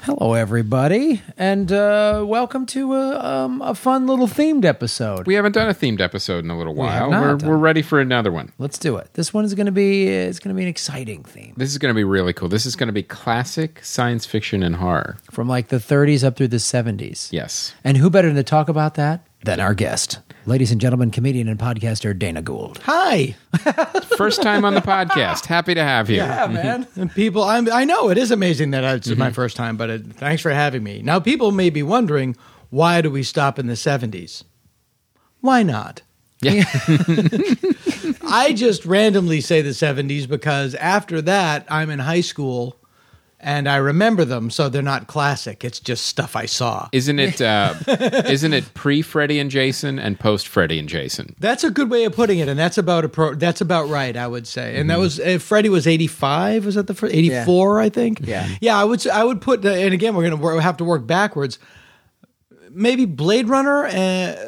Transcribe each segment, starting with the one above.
Hello, everybody, and uh, welcome to a, um, a fun little themed episode. We haven't done a themed episode in a little while. have not We are done we're ready for another one. Let's do it. This one is going to be it's going to be an exciting theme This is going to be really cool. This is going to be classic science fiction and horror. from like the 30s up through the 70s. Yes. And who better to talk about that than our guest, ladies and gentlemen, comedian and podcaster Dana Gould. Hi, First time on the podcast. Happy to have you. man. and people. I'm, I know it is amazing that it's my first time, but it, thanks for having me. Now, people may be wondering why do we stop in the 70s? Why not? Yeah. I just randomly say the 70s because after that, I'm in high school and I remember them, so they're not classic. It's just stuff I saw. Isn't it? Uh, isn't it pre Freddy and Jason and post Freddy and Jason? That's a good way of putting it, and that's about a pro- that's about right, I would say. And that was uh, Freddie was eighty five. Was that the fir- eighty four? I think. Mm-hmm. Yeah. yeah. I would s- I would put the, and again we're gonna wor- have to work backwards. Maybe Blade Runner and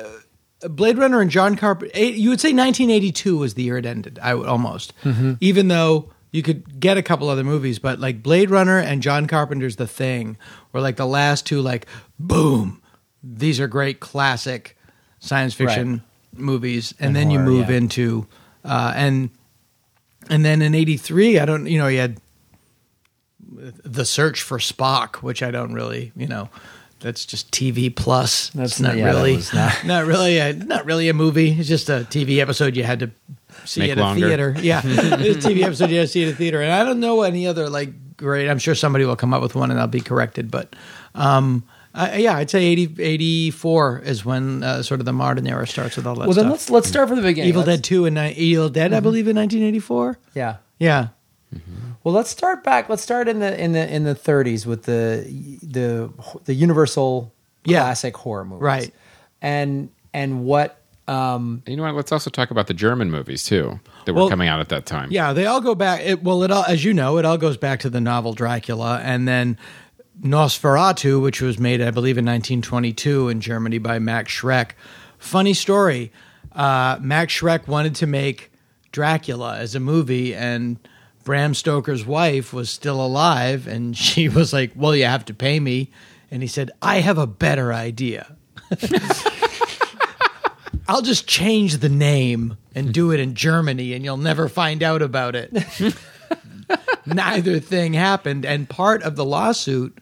Blade Runner and John Carpenter. eh, You would say nineteen eighty two was the year it ended. I would almost, Mm-hmm. even though you could get a couple other movies, but like Blade Runner and John Carpenter's The Thing were like the last two. Like boom, these are great classic science fiction movies, and, then you horror, move yeah. into uh, and and then in '83, I don't, you know, you had the search for Spock, which I don't really, you know, that's just TV plus. That's It's not, not- yeah, that really, was not, not- really, a, not really a movie. It's just a TV episode you had to see Make at a longer. theater. Yeah, it's a TV episode you had to see at a theater, and I don't know any other like great. I'm sure somebody will come up with one, and I'll be corrected, but. um I yeah, I'd say 80, 84 is when uh, sort of the modern era starts with all that Well, stuff. then let's let's start from the beginning. Evil Let's- Mm-hmm. Dead 2 and ni- Evil Dead, I believe, in 1984. Yeah. Yeah. Well, let's start back. Let's start in the in the in the 30s with the the the Universal Yeah. classic horror movies, Right. And and what um, You know what? Let's also talk about the German movies too that were Well, coming out at that time. Yeah, they all go back. It, well, it all, as you know, it all goes back to the novel Dracula and then Nosferatu, which was made, I believe, in 1922 in Germany by Max Schreck. Funny story uh, Max Schreck wanted to make Dracula as a movie, and Bram Stoker's wife was still alive, and she was like, Well, you have to pay me. And he said, I have a better idea. I'll just change the name and do it in Germany and you'll never find out about it. Neither thing happened. And part of the lawsuit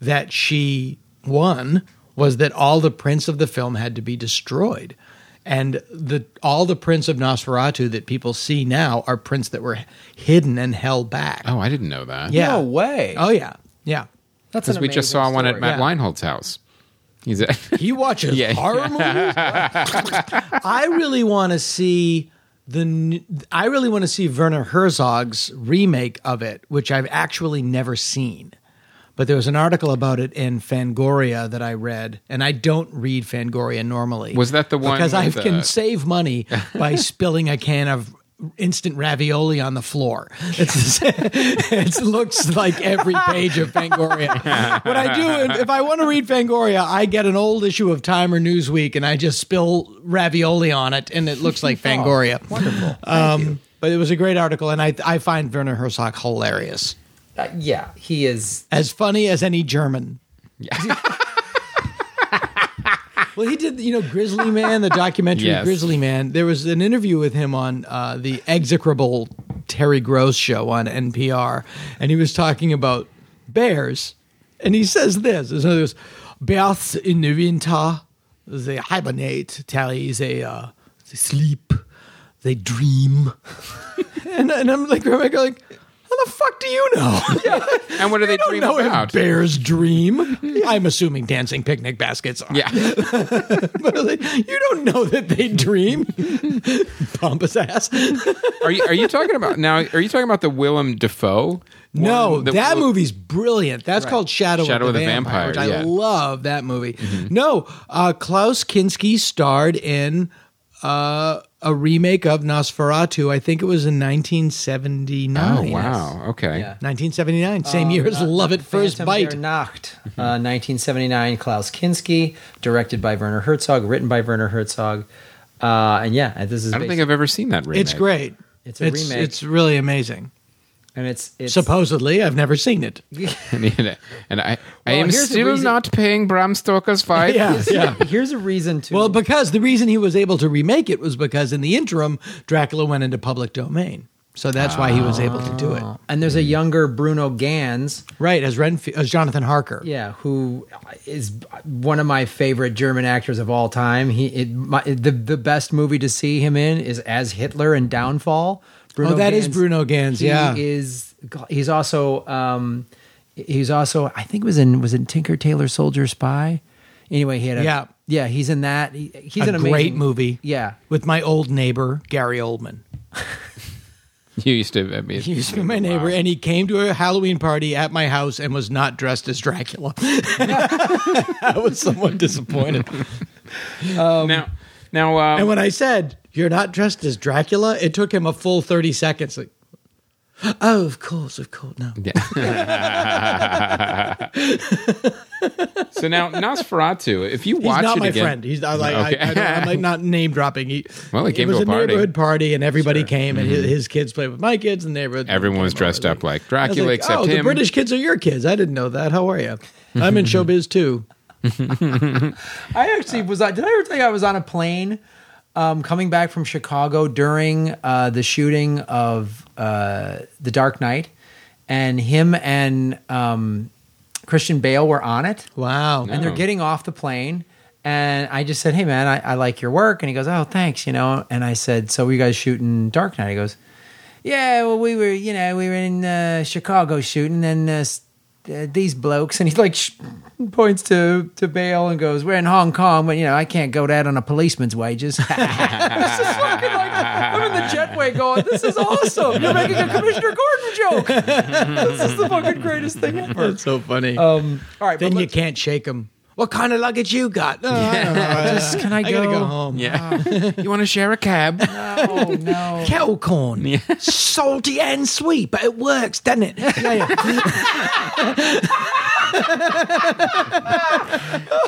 that she won was that all the prints of the film had to be destroyed. And the all the prints of Nosferatu that people see now are prints that were hidden and held back. Oh, I didn't know that. yeah. no way. Oh yeah. Yeah. That's Because an we just amazing saw one at story. Matt Yeah. Leinhold's house. He's a, He watches Yeah. horror movies. I really want to see the. n- I really want to see Werner Herzog's remake of it, which I've actually never seen. But there was an article about it in Fangoria that I read, and I don't read Fangoria normally. Was that the one Because I with, can uh, save money by spilling a can of instant ravioli on the floor. It's, it looks like every page of Fangoria. What I do, if I want to read Fangoria, I get an old issue of Time or Newsweek and I just spill ravioli on it and it looks like Fangoria. Wonderful. um, but it was a great article and I, I find Werner Herzog hilarious. Uh, yeah, he is. As funny as any German. Well, he did, you know, Grizzly Man, the documentary Yes. Grizzly Man. There was an interview with him on uh, the execrable Terry Gross show on NPR, and he was talking about bears, and he says this: "There's another goes, bears in the winter, they hibernate. Terry, they uh, they sleep, they dream." and, and I'm like, I'm like, like, how the fuck do you know? and what do they I don't dream know about? if bears dream. I'm assuming dancing picnic baskets. Are. yeah. But like, you don't know that they dream. Pompous ass. Are you are you talking about now? Are you talking about the Willem Dafoe? No, one that- that movie's brilliant. That's called Shadow, Shadow of the, Vampire, which yeah. Mm-hmm. I love that movie. No, uh, Klaus Kinski starred in uh, a remake of Nosferatu. I think it was in 1979. Oh wow. Okay. Yeah. 1979, same year as Love at First Phantom Bite. der Nacht, uh, Mm-hmm. 1979, Klaus Kinski, directed by Werner Herzog, written by Werner Herzog, uh, and yeah, and this is. I don't based- think I've ever seen that remake. It's great. It's a remake. It's really amazing. and it's it's Supposedly, I've never seen it. and I, I am here's the still reason- not paying Bram Stoker's fight. Yeah, yeah. here's a reason to Well, because the reason he was able to remake it was because in the interim, Dracula went into public domain. So that's why he was able to do it. and Mm-hmm. there's a younger Bruno Gans, Right, as Renfield, as Jonathan Harker. yeah, who is one of my favorite German actors of all time. He it, my, the the best movie to see him in is as Hitler in Downfall. Bruno Oh, that is Bruno Gans, He yeah. is he's also um, he's also I think was in was in Tinker Tailor Soldier Spy. Anyway, he had a Yeah. yeah he's in that. He, he's A an amazing, great movie. Yeah, With my old neighbor, Gary Oldman. You used to, I mean, He used to be my neighbor, and he came to a Halloween party at my house and was not dressed as Dracula. I was somewhat disappointed. now, now, uh, And when I said, You're not dressed as Dracula, it took him a full 30 seconds. Like, oh, of course, of course. No. so now Nosferatu, if you He's watch not it my again, friend. He's I, like, Okay. I, I don't, I'm like not name dropping. He, Well, he came it was to a party. neighborhood party, and everybody came, and his, his kids played with my kids in the neighborhood. Everyone was came dressed over. up like I was Dracula like, except oh, him. the British kids are your kids. I didn't know that. How are you? I'm in showbiz too. I actually was. on- Did I ever tell you I was on a plane um, coming back from Chicago during uh, the shooting of uh, The Dark Knight, and him and um, Christian Bale were on it, Wow. and they're getting off the plane. And I just said, "Hey, man, I, I like your work." And he goes, "Oh, thanks," you know. And I said, "So were you guys shooting Dark Knight?" He goes, "Yeah, well, we were, you know, we were in uh, Chicago shooting, and uh, s- uh, these blokes." And he like sh- points to to Bale and goes, "We're in Hong Kong, but you know, I can't go that on a policeman's wages." I was just fucking like, I'm in the jetway going, "This is awesome! You're making a Commissioner Gordon joke. this is the fucking greatest thing ever." That's so funny. Um, all right, but then you let's- can't shake them. What kind of luggage you got? No, I don't know. Just, can I I gotta go? go home. yeah, you want to share a cab? Oh no! Kettle corn, salty and sweet, but it works, doesn't it? Yeah, yeah.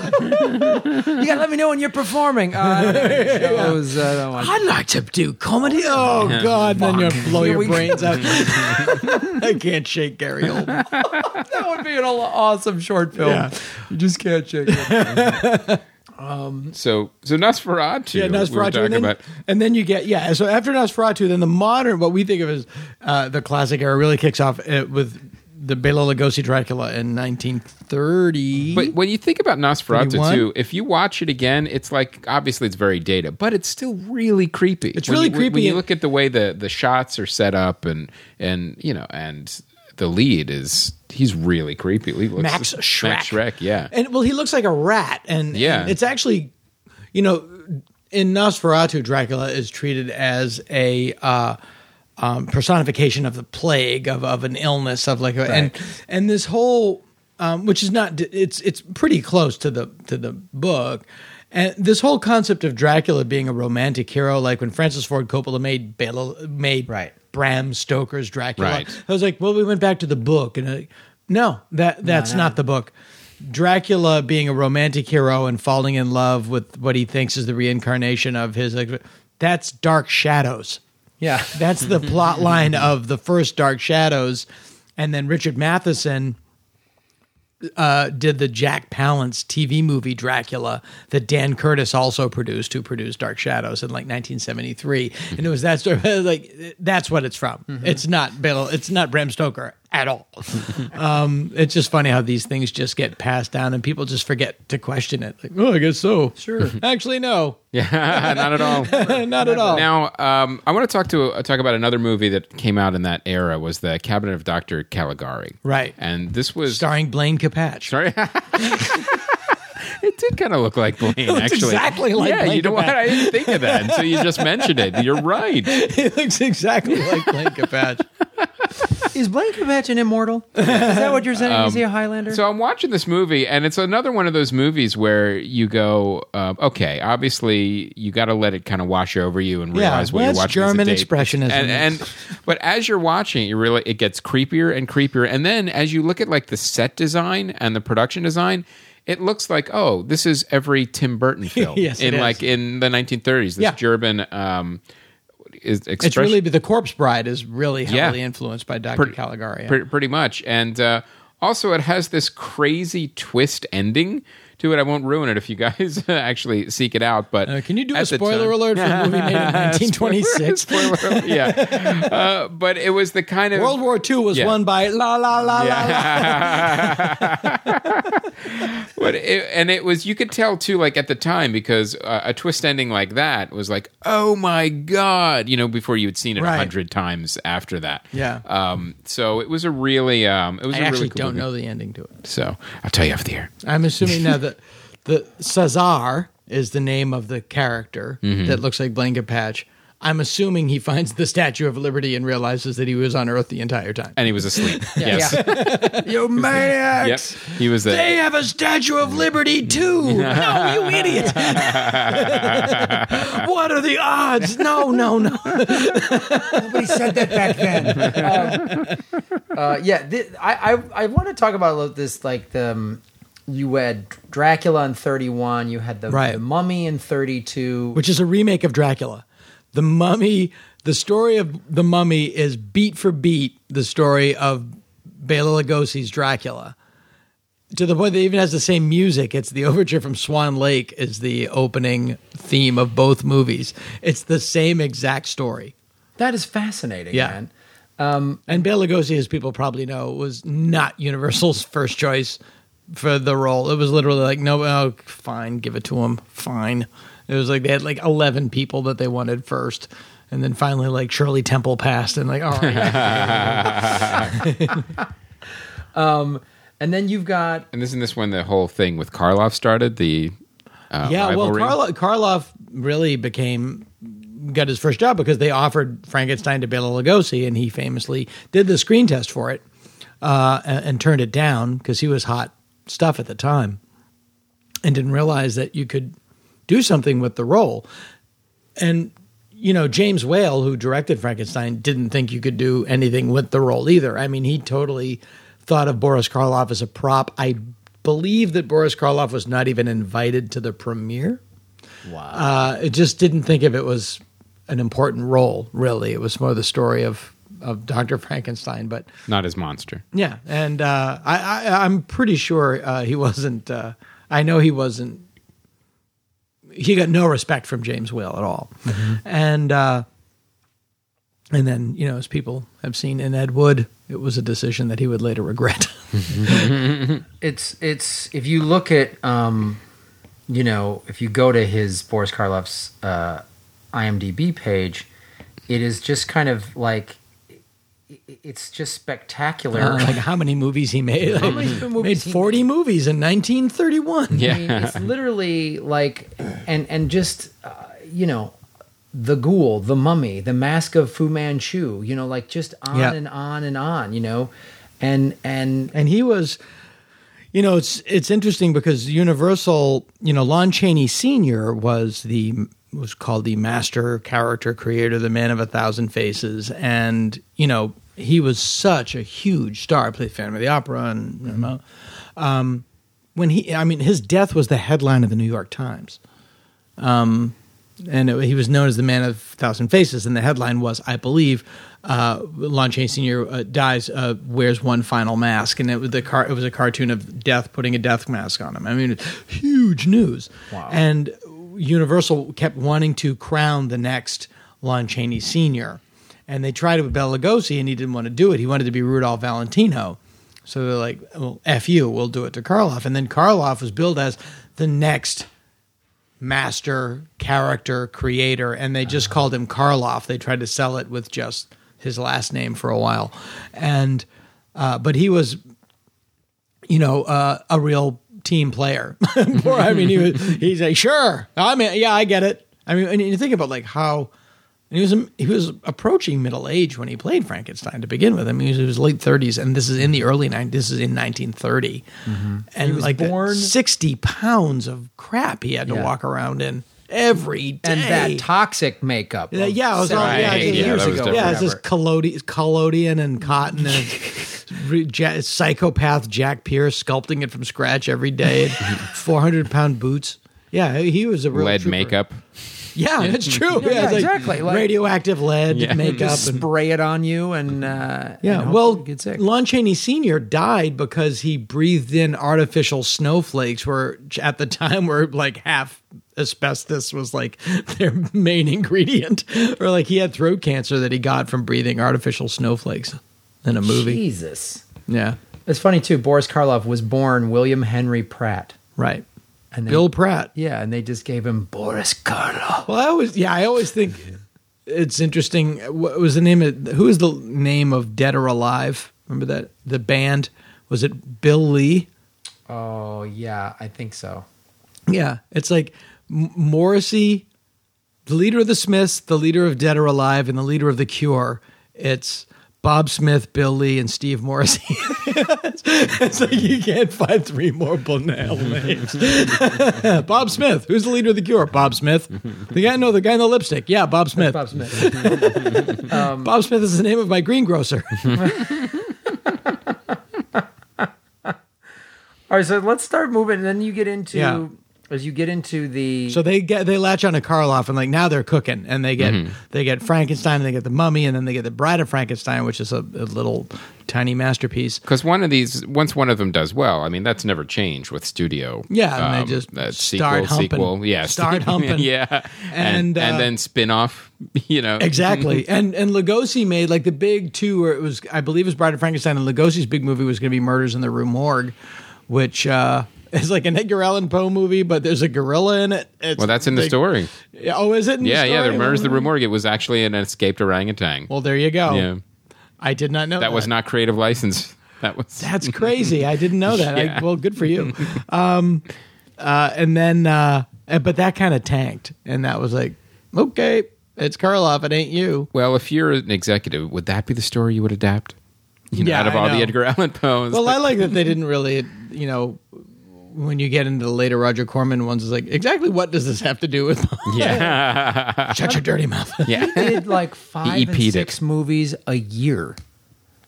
You gotta let me know when you're performing. Uh, I don't know. Shows, I don't want- I'd like to do comedy. Oh God, then you blow Here your we go. brains out. I can't shake Gary Oldman. that would be an aw- awesome short film. Yeah. You just can't shake it. So, so Nosferatu. Yeah, We were Nosferatu, talking and, then, about. and then you get yeah. So after Nosferatu, then the modern what we think of as uh, the classic era really kicks off uh, with the Bela Lugosi Dracula in 1930. But when you think about Nosferatu 31? too, if you watch it again, it's like obviously it's very dated, but it's still really creepy. It's really When creepy. you look at the way the the shots are set up, and and you know, and the lead is he's really creepy. He looks, Max Shrek. Max Shrek, yeah. And well, he looks like a rat, and Yeah. and it's actually, you know, in Nosferatu, Dracula is treated as a uh, um, personification of the plague of of an illness of like, a, and and this whole, um, which is not, it's it's pretty close to the to the book. And this whole concept of Dracula being a romantic hero, like when Francis Ford Coppola made Bela, made Right. Bram Stoker's Dracula, Right. I was like, well, we went back to the book, and I, no, that that's not the book. Dracula being a romantic hero and falling in love with what he thinks is the reincarnation of his. Like, that's Dark Shadows. Yeah. That's the plot line of the first Dark Shadows, and then Richard Matheson uh, did the Jack Palance TV movie Dracula that Dan Curtis also produced, who produced Dark Shadows in like 1973, and it was that story. Like that's what it's from. Mm-hmm. It's not Bill. It's not Bram Stoker at all. um, it's just funny how these things just get passed down and people just forget to question it. Like, oh, I guess so. Sure. Actually, no, Yeah, not at all. not at all. Now, um, I want to talk to talk about another movie that came out in that era was the Cabinet of Dr. Caligari. Right. And this was starring Blaine Capatch. Sorry. It did kind of look like Blaine, looked actually. exactly like yeah, Blaine you know what? Capatch. I didn't think of that until you just mentioned it. You're right. He looks exactly like Blaine Capatch. Is Blaine Cavett an immortal? Is that what you're saying? Is he a Highlander? Um, So I'm watching this movie, and it's another one of those movies where you go, uh, okay, obviously you got to let it kind of wash over you and Yeah, realize what well, you're that's watching. is a German date. expressionism. and, and but as you're watching, it, you really it gets creepier and creepier, and then as you look at like the set design and the production design. It looks like oh, this is every Tim Burton film Yes, it in is. like in the 1930s. This Yeah. German, um, is expression. It's really the Corpse Bride is really Yeah. heavily influenced by Dr. Caligari. yeah. Pretty, pretty much. And uh, also, it has this crazy twist ending to it. I won't ruin it if you guys actually seek it out. But Uh, can you do a at the spoiler time- alert for a movie made in 1926? Spoiler alert, yeah. Uh, but it was the kind of World War II was Yeah. won by la la la la la. But it, and it was you could tell too, like at the time, because uh, a twist ending like that was like, oh my god, you know, before you had seen it a Right. hundred times after that. Yeah. Um. So it was a really um. It was I a really actually cool don't movie. know the ending to it. So I'll tell you off the air. I'm assuming now that the Cesar is the name of the character Mm-hmm. that looks like Blanket Patch. I'm assuming he finds the Statue of Liberty and realizes that he was on Earth the entire time. And he was asleep. yes. you Yep. maniacs! He was there. They have a Statue of Liberty too. No, you idiot! what are the odds? No, no, no. Nobody said that back then. Um, uh, yeah, thi- I, I, I want to talk about a little this like the um, you had Dracula in thirty one, you had the, Right. the Mummy in thirty two. which is a remake of Dracula. The Mummy, the story of the Mummy is beat for beat the story of Bela Lugosi's Dracula. To the point that it even has the same music. It's the overture from Swan Lake is the opening theme of both movies. It's the same exact story. That is fascinating. Yeah. man. Um, And Bela Lugosi, as people probably know, was not Universal's first choice for the role. It was literally like, no, oh, fine, give it to him, fine. It was like they had like eleven people that they wanted first, and then finally like Shirley Temple passed, and like, all right, And then you've got And isn't this when the whole thing with Karloff started? The uh, yeah. Well, rivalry? Karlo- Karloff really became got his first job because they offered Frankenstein to Bela Lugosi, and he famously did the screen test for it uh, and, and turned it down because he was hot stuff at the time. and didn't realize that you could do something with the role. And you know, James Whale, who directed Frankenstein, didn't think you could do anything with the role either. I mean, he totally thought of Boris Karloff as a prop. I believe that Boris Karloff was not even invited to the premiere. Wow. Uh, it just didn't think of it was an important role, really. It was more the story of of Dr. Frankenstein, but Not as monster. yeah, and uh, I, I I'm pretty sure uh, he wasn't. Uh, I know he wasn't. He got no respect from James Whale at all, Mm-hmm. and uh, and then you know as people have seen in Ed Wood, it was a decision that he would later regret. it's it's if you look at um, you know if you go to his Boris Karloff's uh, IMDb page, it is just kind of like i- i- it's just spectacular. Uh, like how many movies he made? Like, Uh-huh. many movies made he forty movies in 1931. I mean, it's literally like, and and just uh, you know, the ghoul, the mummy, the mask of Fu Manchu. You know, like just on Yeah. and on and on. You know, and and and he was you know it's it's interesting because universal you know lon chaney senior was the was called the master character creator the man of a thousand faces and you know he was such a huge star played phantom of the opera and you know, um, when he i mean his death was the headline of the new york times and it, he was known as the man of thousand faces. And the headline was, I believe, uh, Lon Chaney Senior uh, dies. Uh, wears one final mask, and it was the car. It was a cartoon of death putting a death mask on him. I mean, it's huge news. Wow. And Universal kept wanting to crown the next Lon Chaney Senior, and they tried it with Bela Lugosi, and he didn't want to do it. He wanted to be Rudolph Valentino. So they're like, well, F you, we'll do it to Karloff. And then Karloff was billed as the next master character creator and they just called him Karloff. They tried to sell it with just his last name for a while. And uh, but he was you know, uh, a real team player. Poor- I mean, he was, he's like, sure, I mean, yeah, I get it. I mean, and you think about like how and he was he was approaching middle age when he played Frankenstein to begin with. I mean, he was, he was late thirties, and this is in the early nine. This is in nineteen and like the Mm-hmm. born- sixty pounds of crap he had to Yeah. walk around in every day. and that toxic makeup. Yeah, of Uh, yeah, it was all seven, yeah, Right, eight just yeah, that years was ago. different. Yeah, it's just Whatever. collodi- collodion and cotton and re- ja- psychopath Jack Pierce sculpting it from scratch every day. Four hundred pound boots. Yeah, he was a real Lead trooper. makeup. Yeah, that's true. Yeah, it's exactly, like- radioactive lead Yeah. makeup. Just and- spray it on you and uh, yeah. and hope well, you get sick. Lon Chaney Sr. died because he breathed in artificial snowflakes, where at the time were like half asbestos was like their main ingredient, or like he had throat cancer that he got from breathing artificial snowflakes in a movie. Jesus, Yeah. it's funny too. Boris Karloff was born William Henry Pratt, Right. and they, Bill Pratt. yeah, and they just gave him Boris Karloff. Well, I always yeah, I always think it's interesting. What was the name of who is the name of Dead or Alive? Remember that the band was it Bill Lee? Oh yeah, I think so. Yeah, it's like M- Morrissey, the leader of the Smiths, the leader of Dead or Alive, and the leader of the Cure. It's Bob Smith, Bill Lee, and Steve Morrissey. it's like you can't find three more banal names. Bob Smith, who's the leader of the Cure? Bob Smith. The guy, no, the guy in the lipstick. Yeah, Bob Smith. Bob Smith. Bob Smith is the name of my greengrocer. All right, so let's start moving. Then you get into Yeah. as you get into the so they get they latch on to Karloff and like now they're cooking and they get Mm-hmm. they get Frankenstein and they get the mummy and then they get the Bride of Frankenstein, which is a, a little tiny masterpiece. Because one of these, once one of them does well, I mean, that's never changed with studio. Yeah, and they um, just uh, start humping. sequel, yeah, Start humping. yeah, And, and and, uh, then spin off, you know, Mm-hmm. Exactly. and and Lugosi made like the big two where it was I believe it was Bride of Frankenstein and Lugosi's big movie was gonna be Murders in the Rue Morgue, which uh is like an Edgar Allan Poe movie, but there's a gorilla in it. It's Well, that's in the big- story. Oh, is it? In Yeah, the yeah. story? The murders of the Rue Morgue. It was actually an escaped orangutan. Well, there you go. yeah, I did not know that that was not creative license. That was That's crazy. I didn't know that. I, Yeah. well, good for you. Um, uh, and then, uh, eh, but that kind of tanked, and that was like, okay, it's Karloff. It ain't you. well. If you're an executive, would that be the story you would adapt? You know, Yeah, out of I all know. the Edgar Allan Poe's. Well, I like that they didn't really, you know, when you get into the later Roger Corman ones, it's like, exactly what does this have to do with? yeah, Shut your dirty mouth. he did like five and EP'd it. six movies a year.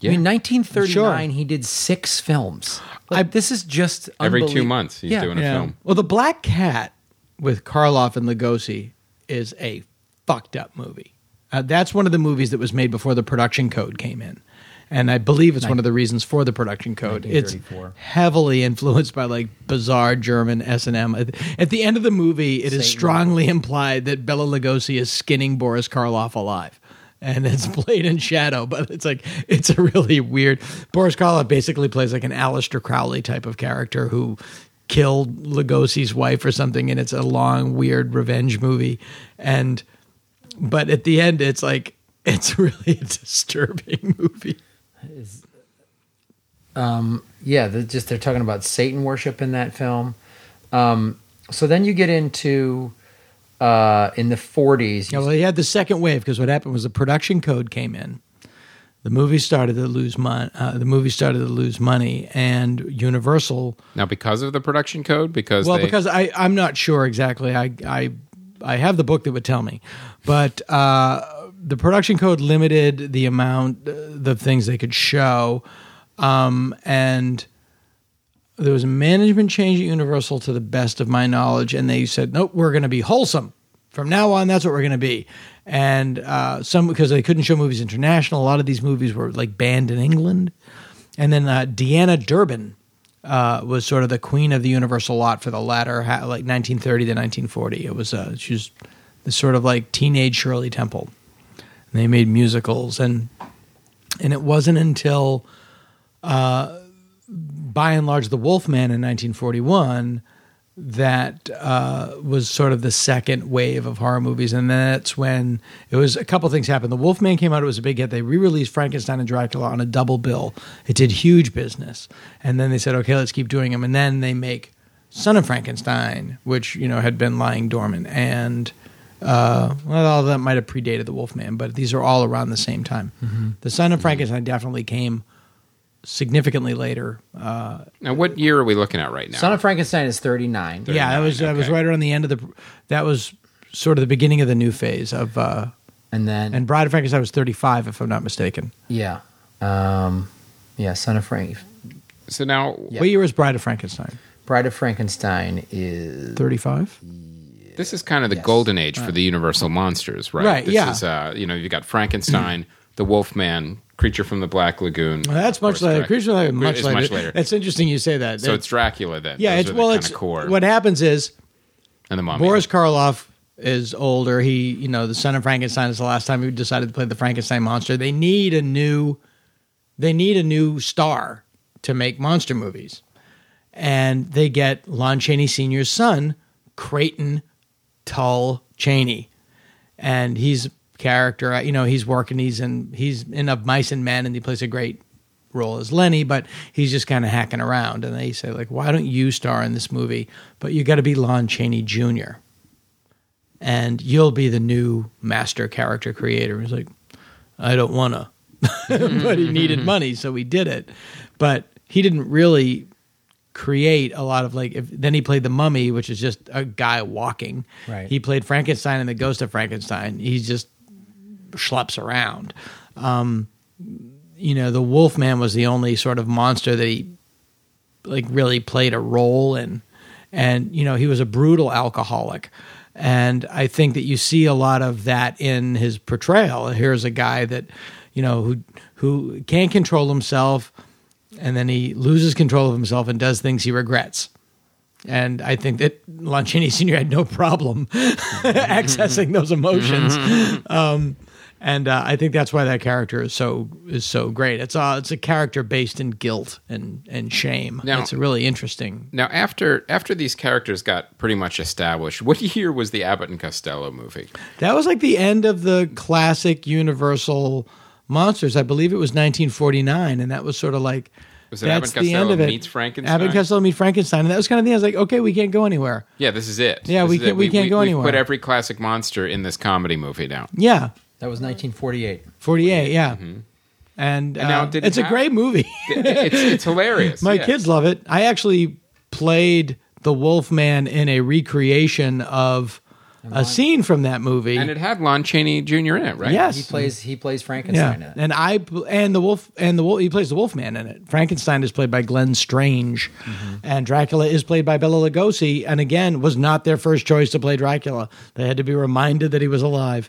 Yeah. In 1939, he did six films. Like, this is just every two unbelie- months he's Yeah. doing a film. Well, The Black Cat with Karloff and Lugosi is a fucked up movie. Uh, that's one of the movies that was made before the production code came in. And I believe it's one of the reasons for the production code. It's 1934. heavily influenced by like bizarre German S and M. At the end of the movie, it Satan. is strongly implied that Bela Lugosi is skinning Boris Karloff alive, and it's played in shadow. But it's like it's a really weird. Boris Karloff basically plays like an Aleister Crowley type of character who killed Lugosi's wife or something, and it's a long, weird revenge movie. And but at the end, it's like it's really a disturbing movie. Yeah, they're just they're talking about Satan worship in that film. Um, so then you get into uh, in the 40s. Yeah, well, he had the second wave because what happened was the production code came in. The movie started to lose money. Uh, the movie started to lose money, and Universal. Now, because of the production code, because Well, they, because I, I'm not sure exactly. I, I, I have the book that would tell me, but uh, the production code limited the amount uh, the things they could show, um, and there was a management change at Universal, to the best of my knowledge, and they said, "Nope, we're going to be wholesome from now on. That's what we're going to be." And uh, some because they couldn't show movies international, a lot of these movies were like banned in England. And then uh, Deanna Durbin uh, was sort of the queen of the Universal lot for the latter, ha- like 1930 to 1940. It was uh, she was the sort of like teenage Shirley Temple. And they made musicals, and and it wasn't until by and large, The Wolfman in 1941 that uh, was sort of the second wave of horror movies. And that's when it was a couple things happened. The Wolfman came out, it was a big hit. They re released Frankenstein and Dracula on a double bill. It did huge business. And then they said, okay, let's keep doing them. And then they make Son of Frankenstein, which, you know, had been lying dormant. And. Uh, well, all that might have predated the Wolfman, but these are all around the same time. The Son of Frankenstein definitely came significantly later. Uh, now, what year are we looking at right now? Son of Frankenstein is 39. yeah, that was that was okay. right around the end of the. That was sort of the beginning of the new phase of. Uh, And then and Bride of Frankenstein was thirty five, if I'm not mistaken. yeah. Um, yeah, Son of Frank so now, Yeah. What year was Bride of Frankenstein? Bride of Frankenstein is Thirty five. This is kind of the golden age for the Universal monsters, right? Right, This yeah. Mm-hmm. is, uh, you know, you've got Frankenstein, the Wolfman, Creature from the Black Lagoon. Well, that's Of much course, later. Drac- Creature Lair, much is later. much later. That's interesting. You say that. so That- it's Dracula then. yeah. Those It's are the well. kinda It's core what happens is and the mummy. Boris Karloff is older. He, you know, the son of Frankenstein is the last time he decided to play the Frankenstein monster. They need a new, they need a new star to make monster movies, and they get Lon Chaney Senior's son, Creighton Tull Chaney, and he's a character. You know, he's working. He's in he's in Of Mice and Men, and he plays a great role as Lenny, but he's just kind of hacking around. And they say like, why don't you star in this movie? But you got to be Lon Chaney Jr. and you'll be the new master character creator. He's like, I don't wanna, but he needed money, so he did it. But he didn't really create a lot of like. If, then he played the Mummy, which is just a guy walking. Right. He played Frankenstein and the Ghost of Frankenstein. He just schleps around. Um, you know, the Wolfman was the only sort of monster that he like really played a role in. And you know, he was a brutal alcoholic. And I think that you see a lot of that in his portrayal. Here's a guy that, you know, who who can't control himself and then he loses control of himself and does things he regrets. And I think that Lanchini Sr. had no problem accessing those emotions. Mm-hmm. Um, and uh, I think that's why that character is so is so great. It's a it's a character based in guilt and and shame. Now- it's really interesting. Now, after after these characters got pretty much established, what year was the Abbott and Costello movie? That was like the end of the classic Universal monsters. I believe it was 1949, and that was sort of like Was it that's Abbott and the end Costello of it. meets Frankenstein? Abbott and Costello meet Frankenstein, and that was kind of the thing. I was like, okay, we can't go anywhere. Yeah, this is it. Yeah, This we is can't- it. we can't go we've anywhere. Put every classic monster in this comedy movie now. Yeah, That was 1948. 48. Yeah, and, mm-hmm. now uh, it didn't it's a have- great movie. it's, it's hilarious. My yeah. kids love it. I actually played the Wolfman in a recreation of a scene from that movie. and it had Lon Chaney Jr. in it, right? He yes. plays he plays Frankenstein in it. Yeah. And I and the wolf and the wolf he plays the Wolfman in it. Frankenstein is played by Glenn Strange Mm-hmm. and Dracula is played by Bela Lugosi and again was not their first choice to play Dracula. They had to be reminded that he was alive.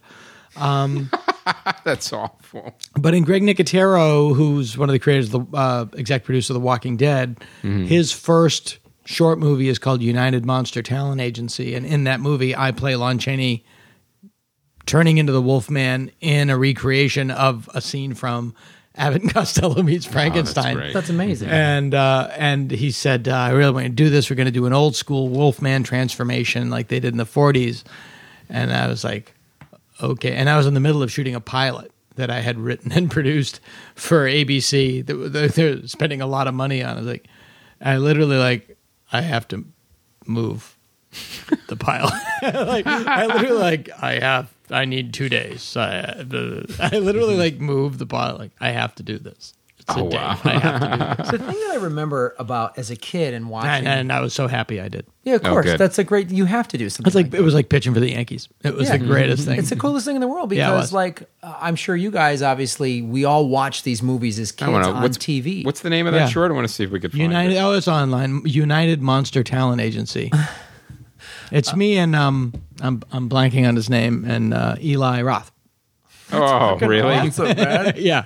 That's awful. But in Greg Nicotero, who's one of the creators, of the uh, exec producer of The Walking Dead, his first short movie is called United Monster Talent Agency, and in that movie, I play Lon Chaney turning into the Wolfman in a recreation of a scene from Abbott and Costello meets Frankenstein. great. That's amazing. And uh, and he said, uh, I really want to do this. We're going to do an old school Wolfman transformation like they did in the 40s. And I was like, okay. And I was in the middle of shooting a pilot that I had written and produced for ABC. That were- They're, they're spending a lot of money on. I was like, I literally like, I have to move the pilot. like I literally like I have I need two days. I, I literally like move the pilot. Like I have to do this. It's Oh, a day. wow. I have to do this. the thing that I remember about as a kid and watching, and, and I was so happy I did. yeah, of Oh, course, good. that's a great. You have to do something. It's like it was like pitching for the Yankees. It was the Yeah. greatest thing. It's the coolest thing in the world Mm-hmm. Yeah, it because, was. like, uh, I'm sure you guys obviously we all watch these movies as kids I want to. on What's TV. What's the name of that Yeah. short? I want to see if we could find United. it. Oh, it's online. United Monster Talent Agency. It's me and um, I'm I'm blanking on his name and uh, Eli Roth. Oh, really? awesome, man. yeah,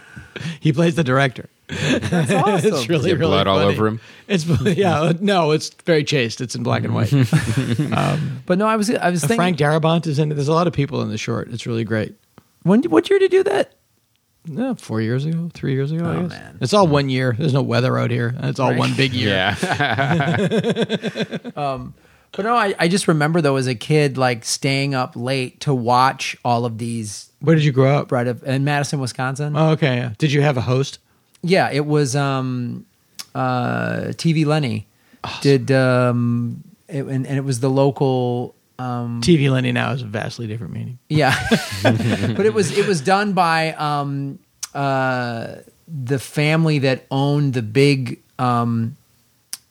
he plays the director. That's awesome. It's really Is there really blood all funny. over him? It's yeah. uh, No, it's very chaste. It's in black and white. but no, I was I was thinking, Frank Darabont is in it. There's a lot of people in the short. It's really great. when what year did you do that? No, four years ago, three years ago. I Oh, guess. man. It's all one year. There's no weather out here. It's all Right. one big year. Yeah. But no, I, I just remember though as a kid, like staying up late to watch all of these. Where did you grow up? Right of in Madison, Wisconsin. Oh, okay. yeah. Did you have a host? Yeah, it was um, uh, TV Lenny did, um, it, and, and it was the local. Um, TV Lenny now is a vastly different meaning. yeah, but it was it was done by um, uh, the family that owned the big um,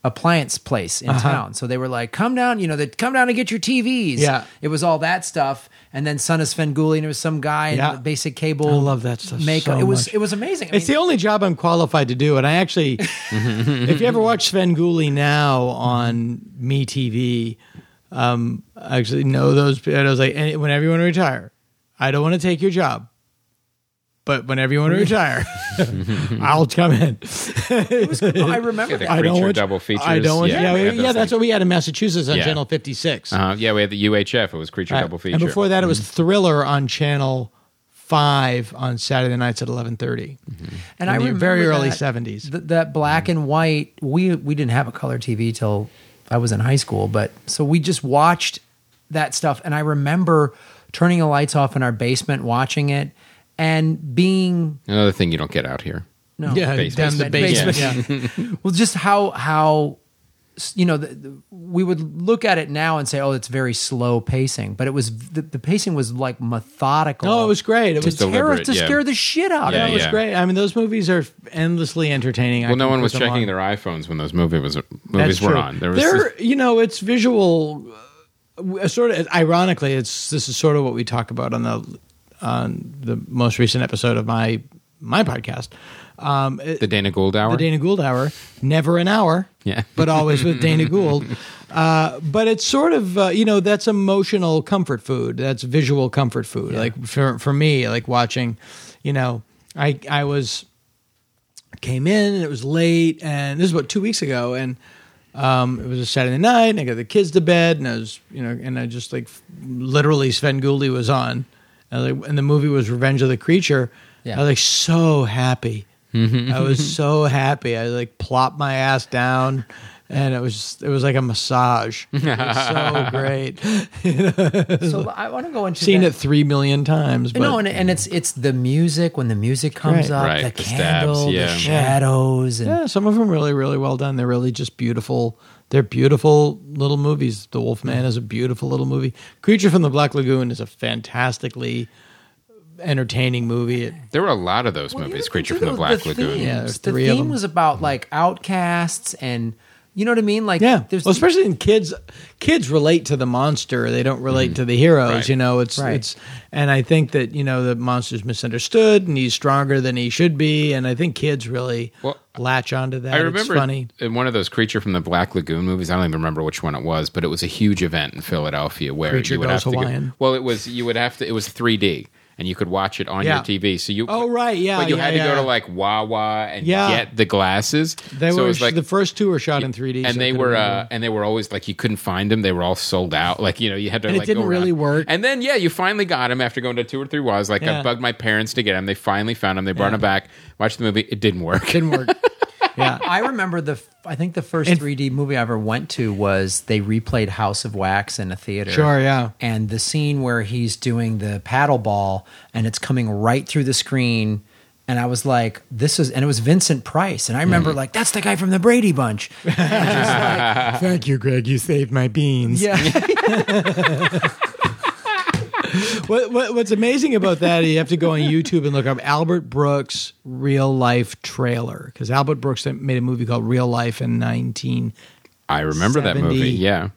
appliance place in Uh-huh. town. So they were like, "Come down, you know, they come down and get your TVs." Yeah. it was all that stuff. And then Son of Svengoolie, and it was some guy Yeah. in the basic cable. I love that stuff Makeup. so it was much. it was amazing. I It's mean, the only job I'm qualified to do. And I actually, if you ever watch Sven Gulli now on Me TV, Um, I actually know those. And I was like, and when everyone retire, I don't want to take your job, but when everyone retire, I'll come in. I remember the that. I don't creature want double features. I don't want. Yeah, we yeah, had those that's things. what we had in Massachusetts on Yeah. Channel Fifty Six. Uh, yeah, we had the UHF. It was creature double feature. And before that, it was Mm-hmm. Thriller on Channel Five on Saturday nights at eleven Mm-hmm. And I in the remember very early that- 70s. th- that black and white. We we didn't have a color TV till I was in high school, but so we just watched that stuff. And I remember turning the lights off in our basement, watching it, and being another thing you don't get out here. no, Yeah, Basement. down the basement. Basement. Yeah. well, just how how s- you know the, the, we would look at it now and say, "Oh, it's very slow pacing," but it was the, the pacing was like methodical. no, Oh, it was great. It was the- terror deliberate, to yeah. scare the shit out Yeah, of. It was us. yeah. great. I mean, those movies are endlessly entertaining. I Well, no can one put was them checking on. their iPhones when those movie was, That's movies were true. on. There was They're- you know, it's visual. uh, w- Sort of ironically, it's this is sort of what we talk about on the on the most recent episode of my my podcast. Um, it- the Dana Gould hour. the Dana Gould hour, never an hour, Yeah. but always with Dana Gould. Uh, but it's sort of uh, you know that's emotional comfort food. That's visual comfort food. Like for for me, like watching, you know, I I was came in and it was late, and this is about two weeks ago, and. Um, it was a Saturday night, and I got the kids to bed, and I was, you know, and I just like f- literally Sven Gulli was on, and, I was like- and the movie was Revenge of the Creature. Yeah. Mm-hmm. I was like so happy. I was so happy. I like plopped my ass down, and it was it was like a massage. It was so great. So I want to go into Seen that. it three million times. But no, and, and it's it's the music when the music comes Right. up, Right, the, the stabs, candle, yeah. the shadows, and yeah, some of them really really well done. They're really just beautiful. They're beautiful little movies. The Wolfman is a beautiful little movie. Creature from the Black Lagoon is a fantastically entertaining movie. It, there were a lot of those movies. Creature from the Black Lagoon. Yeah. there's the three of theme them. was about like outcasts and you know what I mean. Like yeah, there's well, especially in kids, kids relate to the monster. They don't relate to the heroes. Mm-hmm. Right. You know, it's Right. it's, and I think that you know the monster's misunderstood, and he's stronger than he should be, and I think kids really Well, latch onto that. I remember it's funny. in one of those Creature from the Black Lagoon movies. I don't even remember which one it was, but it was a huge event in Philadelphia where Creature you would Goes have to. go- Hawaiian. well, it was you would have to. It was 3D, and you could watch it on Yeah. your TV. So you. Oh, right, yeah, But you yeah, had to yeah. go to like Wawa and Yeah. get the glasses. They so it were was like the first two were shot in 3D, so and I they couldn't were remember. uh, and they were always like you couldn't find them. They were all sold out. Like you know you had to And it like didn't go really around. work. And then yeah, you finally got them after going to two or three was like Yeah. I bugged my parents to get them. They finally found them. They brought Yeah. them back. Watched the movie. It didn't work. didn't work. yeah, I remember the f- I think the first 3D movie I ever went to was they replayed House of Wax in a theater. Sure, yeah. And the scene where he's doing the paddle ball and it's coming right through the screen. And I was like, this is, and it was Vincent Price. And I Mm-hmm. remember, like, that's the guy from the Brady Bunch. thank you, Greg. You saved my beans. Yeah. what, what, what's amazing about that, you have to go on YouTube and look up Albert Brooks real life trailer because Albert Brooks made a movie called Real Life in 1908, I remember that 70. movie. Yeah,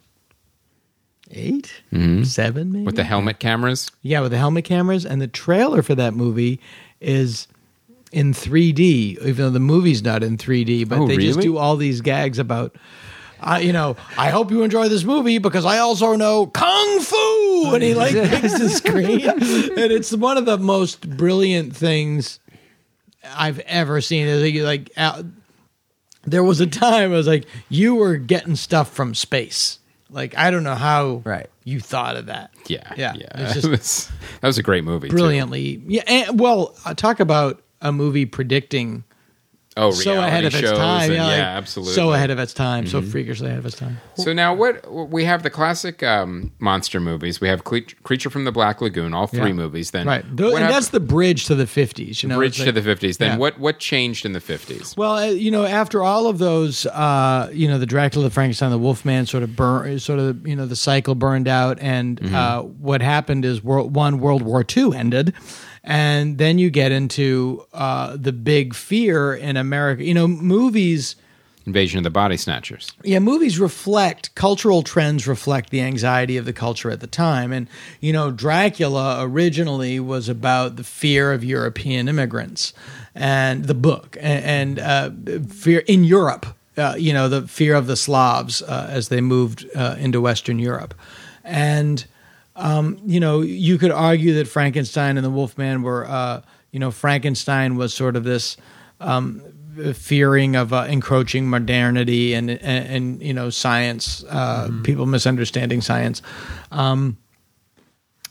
seven, maybe? with the helmet cameras. yeah, with the helmet cameras. And the trailer for that movie is in 3D, even though the movie's not in 3D, but Oh, they just really? do all these gags about. I, you know, I hope you enjoy this movie because I also know kung fu, and he like picks the screen, and it's one of the most brilliant things I've ever seen. Is like, like out, there was a time I was like, you were getting stuff from space. Like I don't know how Right. you thought of that. Yeah, yeah. It's It just was- that was a great movie. too. brilliantly. Yeah. And, well, uh, talk about a movie predicting Oh, so ahead of reality its shows time. and- yeah, like, absolutely. Mm-hmm. So ahead of its time. So freakishly ahead of its time. So now what we have the classic um, monster movies. We have Cle- Creature from the Black Lagoon, all three Yeah. movies. Then Right. Tho- What and hap- that's the bridge to the 50s, you know. bridge it's like- to the fifties. Then Yeah. what what changed in the fifties? Well, uh, you know, after all of those, uh, you know, the Dracula, the Frankenstein, the Wolfman sort of burn, sort of, you know, the cycle burned out, and Mm-hmm. uh, what happened is World One, World War Two ended, and then you get into uh, the big fear in America. You know, movies. Invasion of the Body Snatchers. Yeah, movies reflect cultural trends reflect the anxiety of the culture at the time. And you know, Dracula originally was about the fear of European immigrants and the book and, and uh, fear in Europe. uh, you know, the fear of the Slavs uh, as they moved uh, into Western Europe. And, um, you know, you could argue that Frankenstein and the Wolfman were, uh, you know, Frankenstein was sort of this fearing of uh, encroaching modernity and, and and you know science, uh, people misunderstanding science. Um,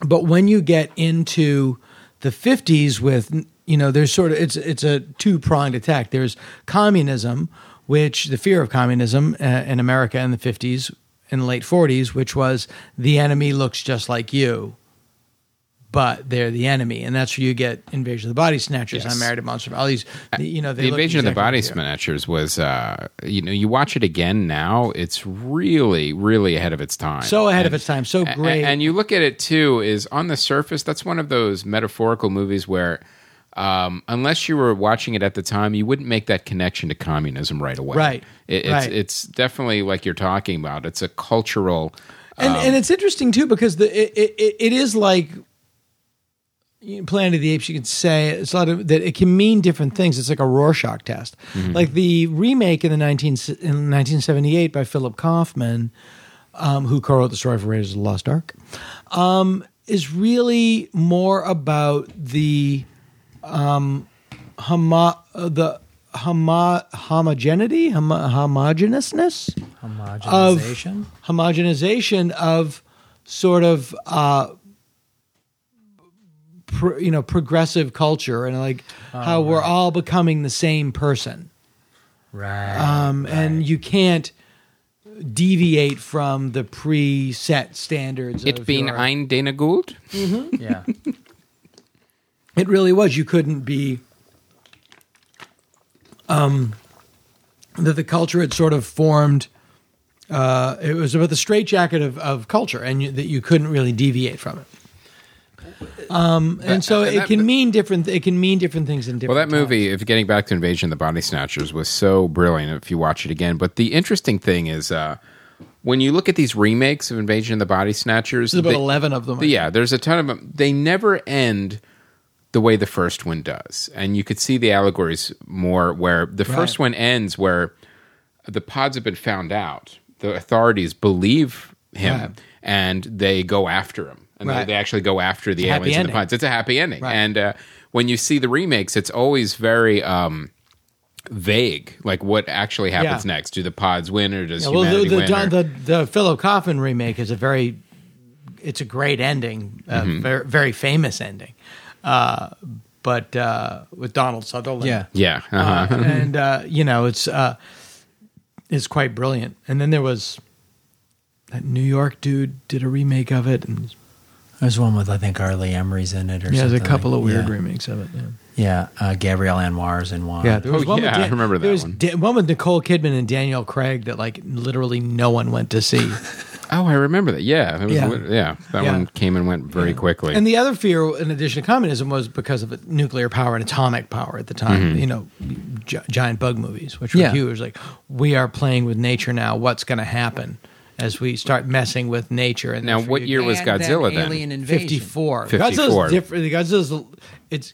but when you get into the fifties, with you know, there's sort of it's it's a two pronged attack. There's communism, which the fear of communism uh, in America in the fifties and late forties, which was the enemy looks just like you. But they're the enemy, and that's where you get invasion of the body snatchers. Yes. I'm married to monster. All these, you know, they the look invasion of the exactly body like you. snatchers was uh you know you watch it again now it's really really ahead of its time so ahead of And- its time, so A- a- great. And, you look at it too is on the surface, that's one of those metaphorical movies where um, unless you were watching it at the time, you wouldn't make that connection to communism right away. Right. It, it's, Right. it's definitely like you're talking about. It's a cultural. and, and it's interesting too because the it, it- it, it is like you know, Planet of the Apes. You could say it's a lot of that. It can mean different things. It's like a Rorschach test. Like the remake in the nineteen in nineteen seventy eight by Philip Kaufman, um, who co-wrote the story for Raiders of the Lost Ark, um, is really more about the um, homo- uh, the homo- homogeneity, homo- homogeneousness Homogenization. homogenization of sort of uh pro, you know progressive culture and like Oh, how we're all becoming the same person right. um and you can't deviate from the preset standards It of being your- Ein Dana Gould. yeah. it really was you couldn't be um that the culture had sort of formed uh it was about the straitjacket of of culture and you, that you couldn't really deviate from it um and so Uh, and it that- can mean different it can mean different things in different Well, that times. movie, if getting back to Invasion of the Body Snatchers, was so brilliant if you watch it again. But the interesting thing is uh, when you look at these remakes of Invasion of the Body Snatchers, there's about they- 11 of them But yeah, there's a ton of them. They never end the way the first one does. And you could see the allegories more where the first one ends where the pods have been found out. The authorities believe him Right. and they go after him. And they- Right. they, actually go after the a happy aliens and the ending. pods. It's a happy ending. Right. And uh, when you see the remakes, it's always very. Um, Vague, like what actually happens Yeah. next? Do the pods win, or does Yeah, well the humanity the, win? or- Don, the the philip coffin remake is a very it's a great ending a Mm-hmm. very, very famous ending uh but uh with donald sutherland Yeah. yeah, uh-huh. and uh, you know it's uh, it's quite brilliant. And then there was that New York dude did a remake of it, and There's one with I think Arlie Emery's in it or something. yeah, there's a like- couple of weird yeah. remakes of it. Yeah, Yeah, uh, Gabrielle Anwar's in one. there was Oh, one yeah, with I Dan- remember that there was one. Da- one with Nicole Kidman and Daniel Craig that like literally no one went to see. Oh, I remember that. Yeah, It was Yeah. lit- yeah. That Yeah. one came and went very quickly. and the other fear, in addition to communism, was because of nuclear power and atomic power at the time. Mm-hmm. You know, gi- giant bug movies, which were Yeah. huge. Like we are playing with nature now. What's going to happen? As we start messing with nature, and Now, therefore what you year was And uh, Godzilla then? Alien Invasion. 54. 54. Godzilla's different. Godzilla's it's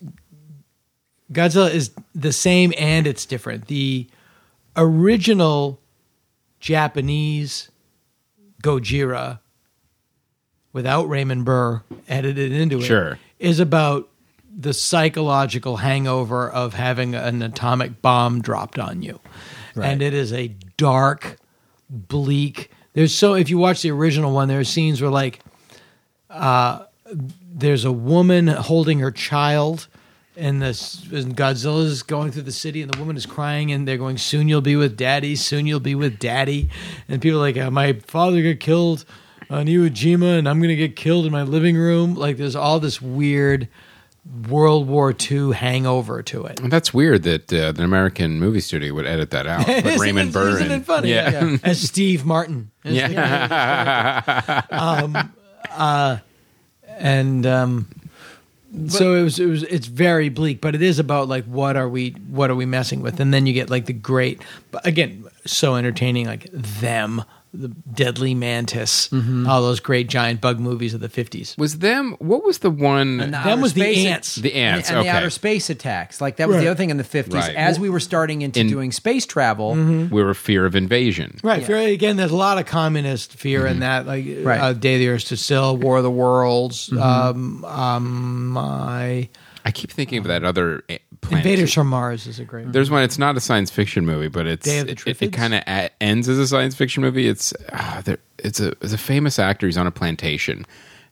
Godzilla is the same and it's different. The original Japanese Gojira without Raymond Burr edited into it Sure. is about the psychological hangover of having an atomic bomb dropped on you. And it is a dark, bleak. There's so if you watch the original one, there are scenes where like there's a woman holding her child and this and Godzilla's going through the city and the woman is crying and they're going soon you'll be with daddy soon you'll be with daddy and people are like "Uh, my father got killed on Iwo Jima and I'm going to get killed in my living room like there's all this weird World War II hangover to it That's weird that uh, the American movie studio would edit that out. But Isn't- Raymond Burr. isn't and- it funny Yeah. as Steve Martin As Yeah. the- uh, and um, so it was it was it's very bleak but it is about like what are we what are we messing with and then you get like the great but again so entertaining like them the Deadly Mantis, Mm-hmm. all those great giant bug movies of the fifties. Was them? What was the And one? the Them outer was the space- ants. The ants, And, and okay. the outer space attacks. Like that was Right. the other thing in the 50s. Right. As we were starting into In- Mm-hmm. doing space travel, we were fear of invasion. Right. Fear, again, there's a lot of communist fear Mm-hmm. in that, like Right. uh, Day of the Earth to Still, War of the Worlds, Mm-hmm. um, um, my I keep thinking of that other a- planet. Invaders from Mars is a great. one. There's one. It's not a science fiction movie, but it's Day of the it- it, Triffids? kind of ends as a science fiction movie. It's uh, there, it's a it's a famous actor. He's on a plantation,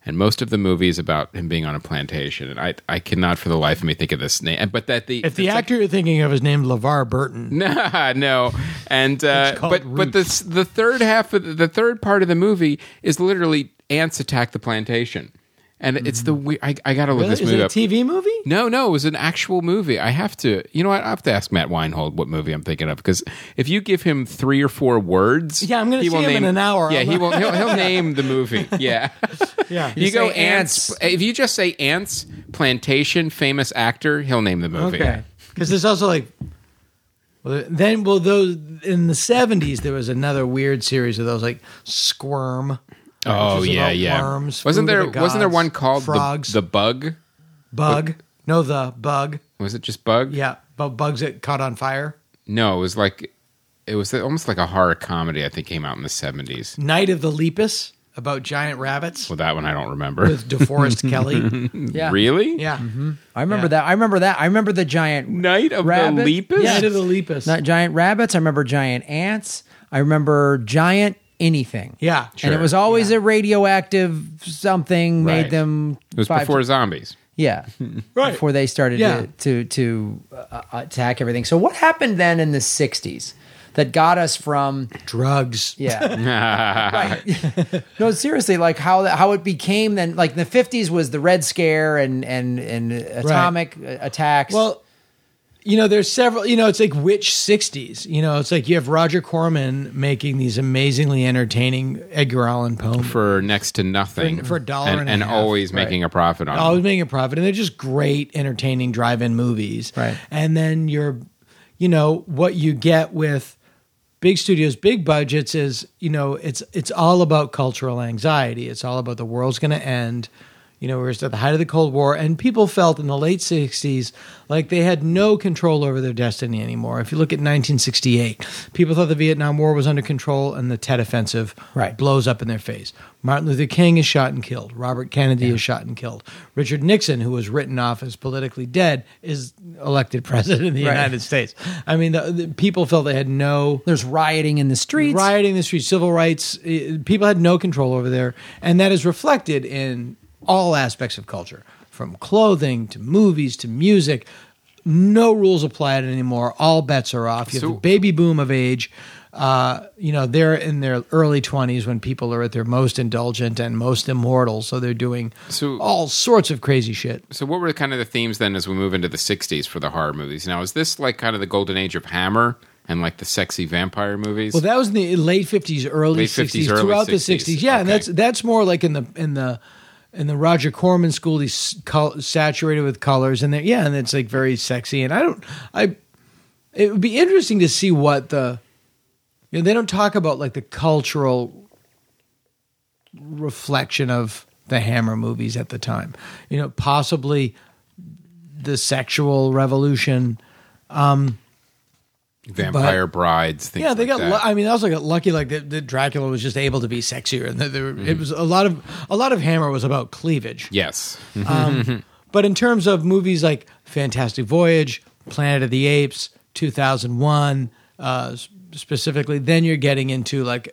and most of the movie is about him being on a plantation. And I I cannot for the life of me think of this name. But that the If the it's like- actor you're thinking of is named LeVar Burton, Nah, no. And uh, It's called but but the s- the third half of the, the third part of the movie is literally ants attack the plantation, and it's the we- I I gotta look Hmm. Really? this is movie it a up. TV movie? no, no, it was an actual movie. I have to, you know, what? I have to ask Matt Weinhold what movie I'm thinking of because if you give him three or four words, Yeah, I'm gonna he see will him in name- an hour. Yeah, I'm he not- will. He'll, he'll name the movie. Yeah, Yeah. You, You go say ants. If you just say ants plantation famous actor, he'll name the movie. Okay. Because there's also like, well, then well those in the '70s there was another weird series of those like Squirm. Oh which is yeah, about yeah. worms, wasn't food there? of the wasn't there gods, one called the- frogs, The, bug? bug? No, the bug. Was it just bug? Yeah, bu- bugs that caught on fire. No, it was like it was almost like a horror comedy. I think came out in the seventies. Night of the Lepus about giant rabbits Well, that one I don't remember. with DeForest Kelly. yeah, really? Yeah. I remember Yeah. that. I remember that. I remember the giant Night of the Rabbit? Lepus. Yeah. Night of the Lepus. not giant rabbits. I remember giant ants. I remember giant anything. yeah. And it was always a radioactive something Right. made them. It was five- before zombies. yeah, Right. Before they started Yeah. to to, to uh, attack everything. So what happened then in the '60s that got us from drugs. yeah No, seriously, like how how it became then. Like the fifties was the Red Scare and and and atomic uh, attacks. Well, you know, there's several, you know, it's like which 60s. You know, it's like you have Roger Corman making these amazingly entertaining Edgar Allan Poe. for next to nothing For- for a dollar and a half, always making a profit on. always it. Oh, making a profit and they're just great entertaining drive-in movies Right. and then you're you know what you get with big studios big budgets is you know it's it's all about cultural anxiety it's all about the world's going to end you know we we're just at the height of the cold war and people felt in the late 60s like they had no control over their destiny anymore if you look at 1968 people thought the vietnam war was under control and the tet offensive Right. blows up in their face. Martin Luther King is shot and killed. Robert Kennedy is shot and killed. Richard Nixon, who was written off as politically dead, is elected president of the Right. United States. I mean, the, the people felt they had no there's rioting in the streets. rioting in the streets, civil rights. eh, People had no control over there, and that is reflected in all aspects of culture, from clothing to movies to music. No rules applied anymore. All bets are off. You have So- the baby boom of age. Uh, you know they're in their early twenties when people are at their most indulgent and most immortal, so they're doing So- all sorts of crazy shit. So, what were kind of the themes then as we move into the '60s for the horror movies? Now, is this like kind of the golden age of Hammer and like the sexy vampire movies? Well, that was in the late fifties, early Late 50s, sixties, early throughout the 60s. sixties. Yeah, and Okay. that's that's more like in the in the in the Roger Corman school. He's col- saturated with colors, and they're- yeah, and it's like very sexy. And I don't, I it would be interesting to see what the you know they don't talk about like the cultural reflection of the Hammer movies at the time. You know, possibly the sexual revolution. vampire brides. Things Yeah, they like got. that. Lu- I mean, they also got lucky. Like that, that Dracula was just able to be sexier, and that there, Mm-hmm. it was a lot of a lot of Hammer was about cleavage. yes. But in terms of movies like Fantastic Voyage, Planet of the Apes, two thousand one, uh, s- specifically, then you're getting into like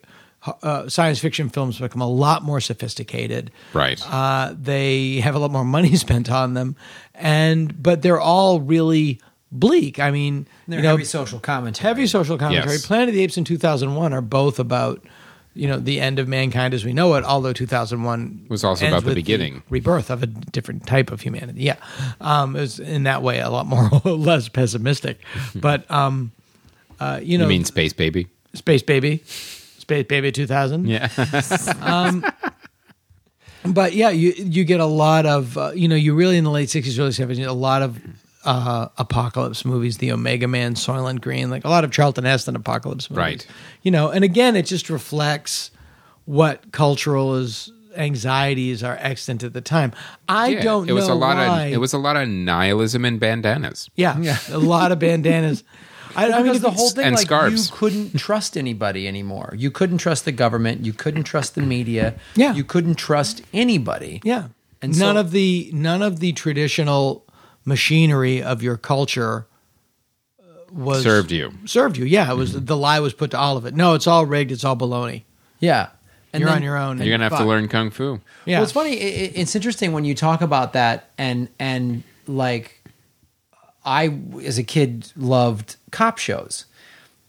h- uh, science fiction films become a lot more sophisticated. Right. Uh, they have a lot more money spent on them, and but they're all really bleak. I mean, They're you know, heavy social commentary. Heavy social commentary. Yes. Planet of the Apes and 2001 are both about, you know, the end of mankind as we know it. Although 2001 Was also ends about the with beginning. rebirth of a different type of humanity. Yeah, um, it was in that way a lot more less pessimistic. But um, uh, you know, you mean space baby? Space Baby, Space Baby Um, 2000. Yeah. But yeah, you you get a lot of uh, you know you really in the late 60s, early 70s, a lot of uh, apocalypse movies, the Omega Man, Soylent Green, like a lot of Charlton Heston apocalypse movies. Right. You know, and again, it just reflects what cultural is anxieties are extant at the time. I Yeah, don't It was know a lot why. of it was a lot of nihilism and bandanas. yeah, a lot of bandanas. I, I mean, because if the you- whole thing, and like scarves. you couldn't trust anybody anymore. You couldn't trust the government. You couldn't trust the media. Yeah. you couldn't trust anybody. Yeah. And none so- of the none of the traditional machinery of your culture uh, was Served you. Served you. Yeah, it was Mm-hmm. the lie was put to all of it. No, it's all rigged, it's all baloney. yeah. And You're then- on your own. You're gonna have to Fuck. learn kung fu. Yeah. Well, it's funny. It, it- it's interesting when you talk about that, and and like, I as a kid loved cop shows,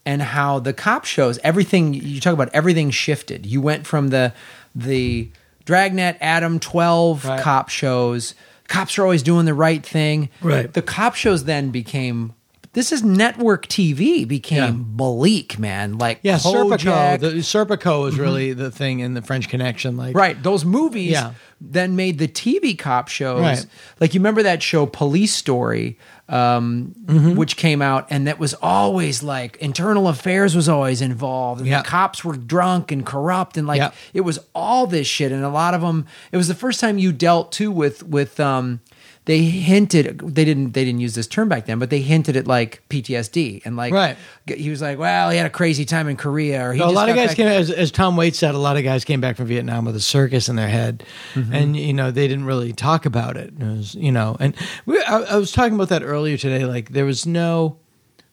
and how the cop shows everything you talk about everything shifted. You went from the the Dragnet, Adam Twelve Right. cop shows. Cops are always doing the right thing. Right. The cop shows then became. This is network TV became Yeah. bleak, man. Like Yeah, Serpico. Kojak, Mm-hmm. The Serpico is really the thing in the French Connection. Like Right. Those movies Yeah. then made the TV cop shows. Right. Like you remember that show Police Story, um, Mm-hmm. which came out, and that was always like internal affairs was always involved, and Yeah. the cops were drunk and corrupt, and like Yeah. it was all this shit. And a lot of them, it was the first time you dealt too with with. Um, they hinted they didn't they didn't use this term back then, but they hinted at like PTSD and like Right. he was like, well, he had a crazy time in Korea, or he So a just lot of got guys back- came, as, as Tom Waits said, a lot of guys came back from Vietnam with a circus in their head, Mm-hmm. and you know they didn't really talk about it. It was, you know, and we, I, I was talking about that earlier today. Like there was no,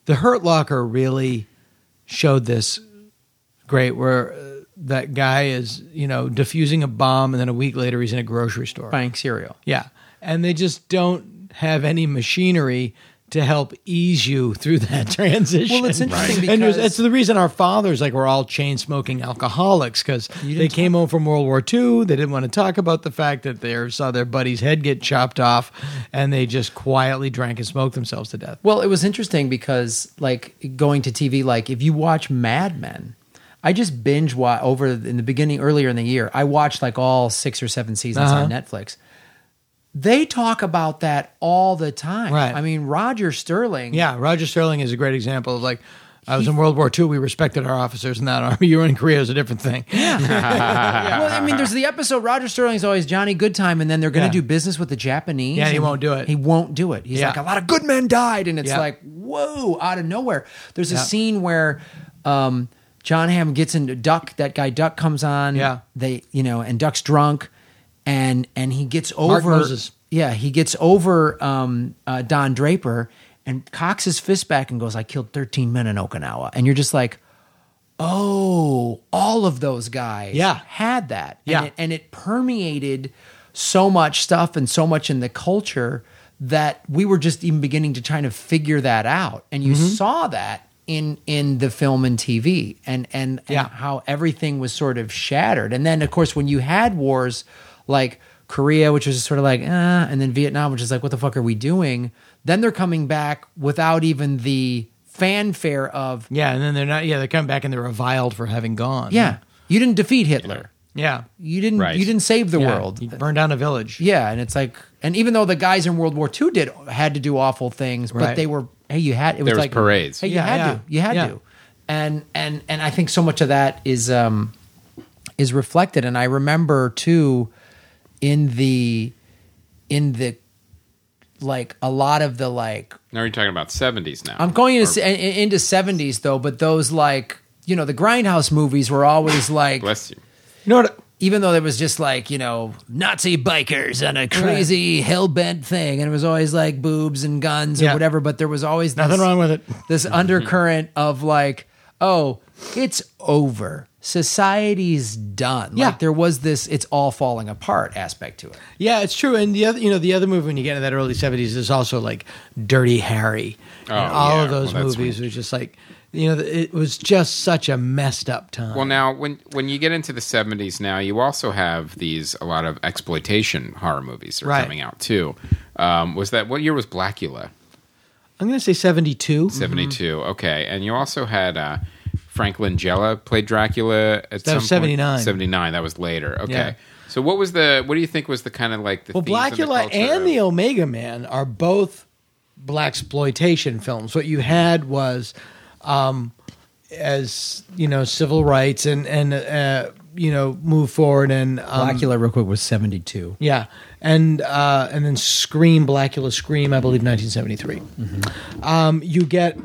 the Hurt Locker really showed this great, where uh, that guy is you know diffusing a bomb, and then a week later he's in a grocery store. buying cereal. Yeah. And they just don't have any machinery to help ease you through that transition. Well, it's interesting Right. and there's- because- it's the reason our fathers like were all chain smoking alcoholics because they came home from World War II. They didn't want to talk about the fact that they saw their buddy's head get chopped off, and they just quietly drank and smoked themselves to death. Well, it was interesting because like going to TV, like if you watch Mad Men, I just binge watch over in the beginning earlier in the year. I watched like all six or seven seasons on Netflix. They talk about that all the time. Right. I mean, Roger Sterling. Yeah, Roger Sterling is a great example of like. I was in World War II. We respected our officers in that army. You were in Korea; it was a different thing. well, I mean, there's the episode Roger Sterling's always Johnny Goodtime, and then they're going Yeah. to do business with the Japanese. Yeah, he and won't do it. He won't do it. He's Yeah. like, a lot of good men died, and it's Yeah. like, whoa, out of nowhere. There's a Yeah. scene where um, John Hamm gets into Duck. That guy Duck comes on. Yeah. they you know, and Duck's drunk, and and he gets over. Moses. Yeah, he gets over um, uh, Don Draper and cocks his fist back and goes, "I killed 13 men in Okinawa," and you're just like. Oh, all of those guys Yeah. had that. And Yeah. it- and it permeated so much stuff and so much in the culture that we were just even beginning to try to figure that out. And Mm-hmm. you saw that in in the film and TV and and, and Yeah. how everything was sort of shattered. And then of course when you had wars like Korea, which was sort of like, eh, and then Vietnam, which is like, what the fuck are we doing? Then they're coming back without even the fanfare of, Yeah, and then they're not. Yeah, they come back and they're reviled for having gone. yeah, you didn't defeat Hitler. yeah. You didn't. Right. You didn't save the Yeah, world. You burn down a village. Yeah, and it's like, and even though the guys in World War II did had to do awful things, Right. but they were hey, you had it was There was like parades. Hey, you Yeah, had yeah, to, you had yeah. to, and and and I think so much of that is um is reflected, and I remember too in the in the like a lot of the like Now you're talking about 70s now. I'm going Or- into se- in- into 70s though, but those like you know the grindhouse movies were always like Bless you. You know what? even though there was just like you know Nazi bikers on a crazy hell bent thing, and it was always like boobs and guns Yeah. or whatever, but there was always this, Nothing wrong with it. This undercurrent of like, oh, it's over. Society's done. Yeah. Like there was this, it's all falling apart aspect to it. Yeah, it's true. And the other, you know, the other movie when you get into that early seventies is also like Dirty Harry. Oh, and all yeah. of those Well, that's movies were just like, you know, it was just such a messed up time. Well, now when when you get into the 70s, now you also have these a lot of exploitation horror movies are Right. coming out too. Um, was that what year was Blackula? Mm-hmm. I'm going to say seventy two. 72. Okay, and you also had uh, Frank Langella played Dracula at some point. was 79. 79. That was later. Okay. Yeah. So what was the? What do you think was the kind of like the Well, themes and the Blackula culture and of- the Omega Man are both black exploitation films. What you had was, um, as you know, civil rights and and uh, you know move forward and um, Blackula, real quick, was 72. yeah, and uh, and then Scream, Blackula, Scream, I believe, nineteen Mm-hmm. Um, you get,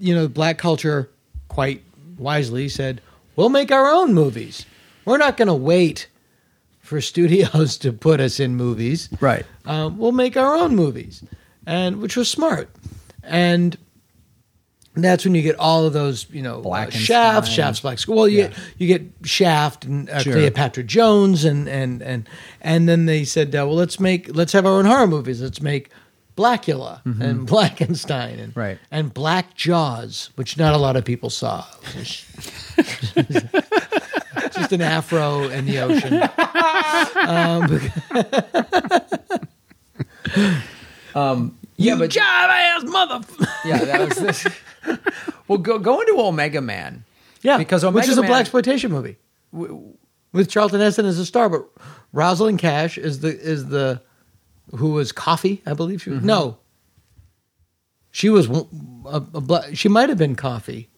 you know, black culture quite wisely said, "We'll make our own movies. We're not going to wait for studios to put us in movies. Right. Um, we'll make our own movies," and which was smart, and. That's when you get all of those, you know, uh, Blackenstein. Shaft, Shaft's Black School. Well, you get, you get Shaft and uh, Sure. Cleopatra Jones, and and and and then they said, uh, well, let's make let's have our own horror movies. Let's make Blackula and Blackenstein and Right. and Black Jaws, which not a lot of people saw. It was Just an afro in the ocean. Yeah, but Jive ass mother. yeah, that was this. well, go go into Omega Man. Yeah, because Omega which is Man, a black exploitation movie with Charlton Heston as a star, but Rosalind Cash is the is the who was Coffee, I believe she was. No, she was a, a black. She might have been Coffee.